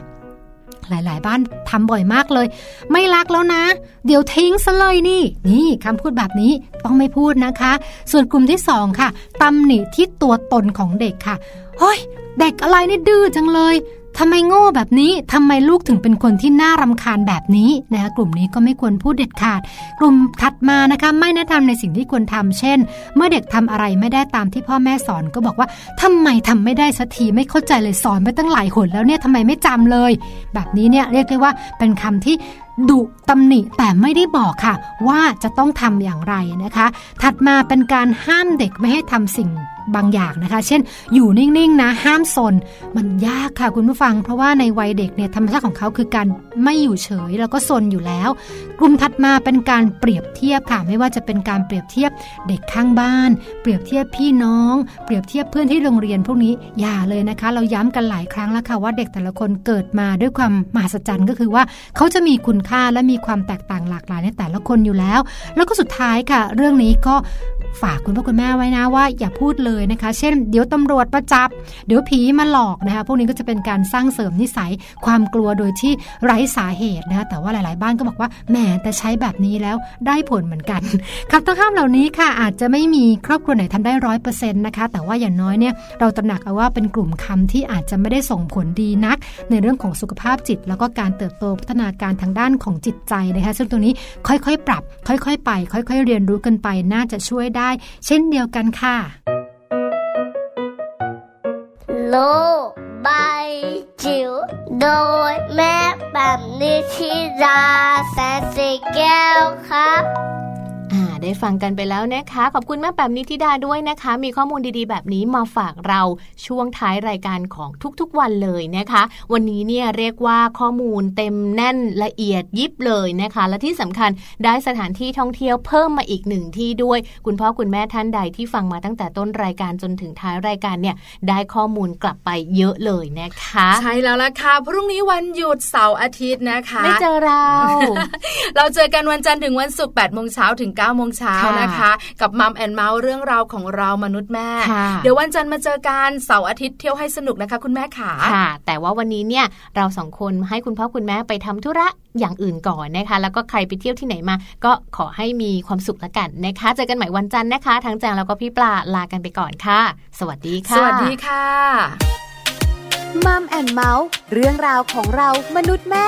[SPEAKER 3] หลายๆ บ้านทำบ่อยมากเลย ไม่รักแล้วนะ เดี๋ยวทิ้งซะเลยนี่ นี่คำพูดแบบนี้ต้องไม่พูดนะคะ ส่วนกลุ่มที่สองค่ะตำหนิที่ตัวตนของเด็กค่ะเฮ้ย เด็กอะไรนี่ดื้อจังเลยทำไมโง่แบบนี้ทำไมลูกถึงเป็นคนที่น่ารำคาญแบบนี้นะคะกลุ่มนี้ก็ไม่ควรพูดเด็ดขาด กลุ่มถัดมานะคะไม่แนะนำในสิ่งที่ควรทำเช่น เมื่อเด็กทำอะไรไม่ได้ตามที่พ่อแม่สอนก็บอกว่าทำไมทำไม่ได้สักทีไม่เข้าใจเลยสอนไปตั้งหลายหนแล้วเนี่ยทำไมไม่จำเลย แบบนี้เนี่ยเรียกได้ว่าเป็นคำที่ดุตำหนิแต่ไม่ได้บอกค่ะ ว่าจะต้องทำอย่างไรนะคะ ถัดมาเป็นการห้ามเด็กไม่ให้ทำสิ่งบางอย่างนะคะ เช่น อยู่นิ่งๆนะห้ามสน มันยากค่ะคุณผู้ฟัง เพราะว่าในวัยเด็กเนี่ยธรรมชาติของเขาคือการไม่อยู่เฉยแล้วก็สนอยู่แล้ว กลุ่มถัดมาเป็นการเปรียบเทียบค่ะ ไม่ว่าจะเป็นการเปรียบเทียบเด็กข้างบ้าน เปรียบเทียบพี่น้อง เปรียบเทียบเพื่อนที่โรงเรียนพวกนี้อย่าเลยนะคะ เราย้ำกันหลายครั้งแล้วค่ะว่าเด็กแต่ละคนเกิดมาด้วยความมหัศจรรย์ก็คือว่า เขาจะมีคุณค่าและมีความแตกต่างหลากหลายในแต่ละคนอยู่แล้ว แล้วก็สุดท้ายค่ะ เรื่องนี้ก็ฝากคุณพ่อคุณแม่ไว้นะว่าอย่าพูดเลยนะคะ เช่น เดี๋ยวตำรวจประจับ เดี๋ยวผีมาหลอกนะคะพวกนี้ก็จะเป็นการสร้างเสริมนิสัยความกลัวโดยที่ไร้สาเหตุนะคะแต่ว่าหลาย ๆ บ้านก็บอกว่าแหมแต่ใช้แบบนี้แล้วได้ผลเหมือน กัน คำต้องห้ามเหล่านี้ค่ะ อาจจะไม่มีครอบครัวไหนทำได้ร้อยเปอร์เซ็นต์นะคะ แต่ว่าอย่างน้อยเนี่ยเราตระหนักเอาว่าเป็นกลุ่มคำที่อาจจะไม่ได้ส่งผลดีนัก ในเรื่องของสุขภาพจิต แล้วก็การเติบโตพัฒนาการทางด้านของจิตใจนะคะ ซึ่งตรงนี้ค่อยๆ ปรับ ค่อยๆ ไป ค่อย ๆ เรียนรู้กันไปน่าจะช่วยได้ เช่นเดียวกันค่ะ
[SPEAKER 7] โลกใบจิ๋วโดยแม่แบบนิชิราแสนสีแก้วครับ
[SPEAKER 2] อ่าได้ฟังกันไปแล้วนะคะ ขอบคุณแม่แปมนิธิดาด้วยนะคะ มีข้อมูลดีๆ แบบนี้มาฝากเราช่วงท้ายรายการของทุกๆวันเลยนะคะ วันนี้เนี่ยเรียกว่าข้อมูลเต็มแน่นละเอียดยิบเลยนะคะ และที่สำคัญได้สถานที่ท่องเที่ยวเพิ่มมาอีกหนึ่งที่ด้วย คุณพ่อคุณแม่ท่านใดที่ฟังมาตั้งแต่ต้นรายการจนถึงท้ายรายการเนี่ยได้ข้อมูลกลับไปเยอะเลยนะคะ
[SPEAKER 8] ใช่แล้วล่ะค่ะ พรุ่งนี้วันหยุดเสาร์อาทิตย์นะคะ
[SPEAKER 2] ไม่เจอเรา
[SPEAKER 8] เราเจอกันวันจันทร์ถึงวันศุกร์8โมงเช้าถึง9โมงเช้า
[SPEAKER 2] ค่ะ
[SPEAKER 8] นะคะ กับมัมแอนเมาส์เรื่องราวของเรามนุษย์แม่
[SPEAKER 2] ค่ะ
[SPEAKER 8] เดี๋ยววันจันทร์มาเจอกันเสาร์อาทิตย์เที่ยวให้สนุกนะคะ คุณแม่ขา
[SPEAKER 2] ค่ะแต่ว่าวันนี้เนี่ยเราสองคนให้คุณพ่อคุณแม่ไปทำธุระอย่างอื่นก่อนนะคะ แล้วก็ใครไปเที่ยวที่ไหนมา ก็ขอให้มีความสุขละกันนะคะ เจอกันใหม่วันจันทร์นะคะ ทั้งแจงแล้วก็พี่ปลาลากันไปก่อนค่ะ สวัสดีค่ะ
[SPEAKER 8] สวัสดีค่ะ
[SPEAKER 9] มัมแอนเมาส์เรื่องราวของเรามนุษย์แม่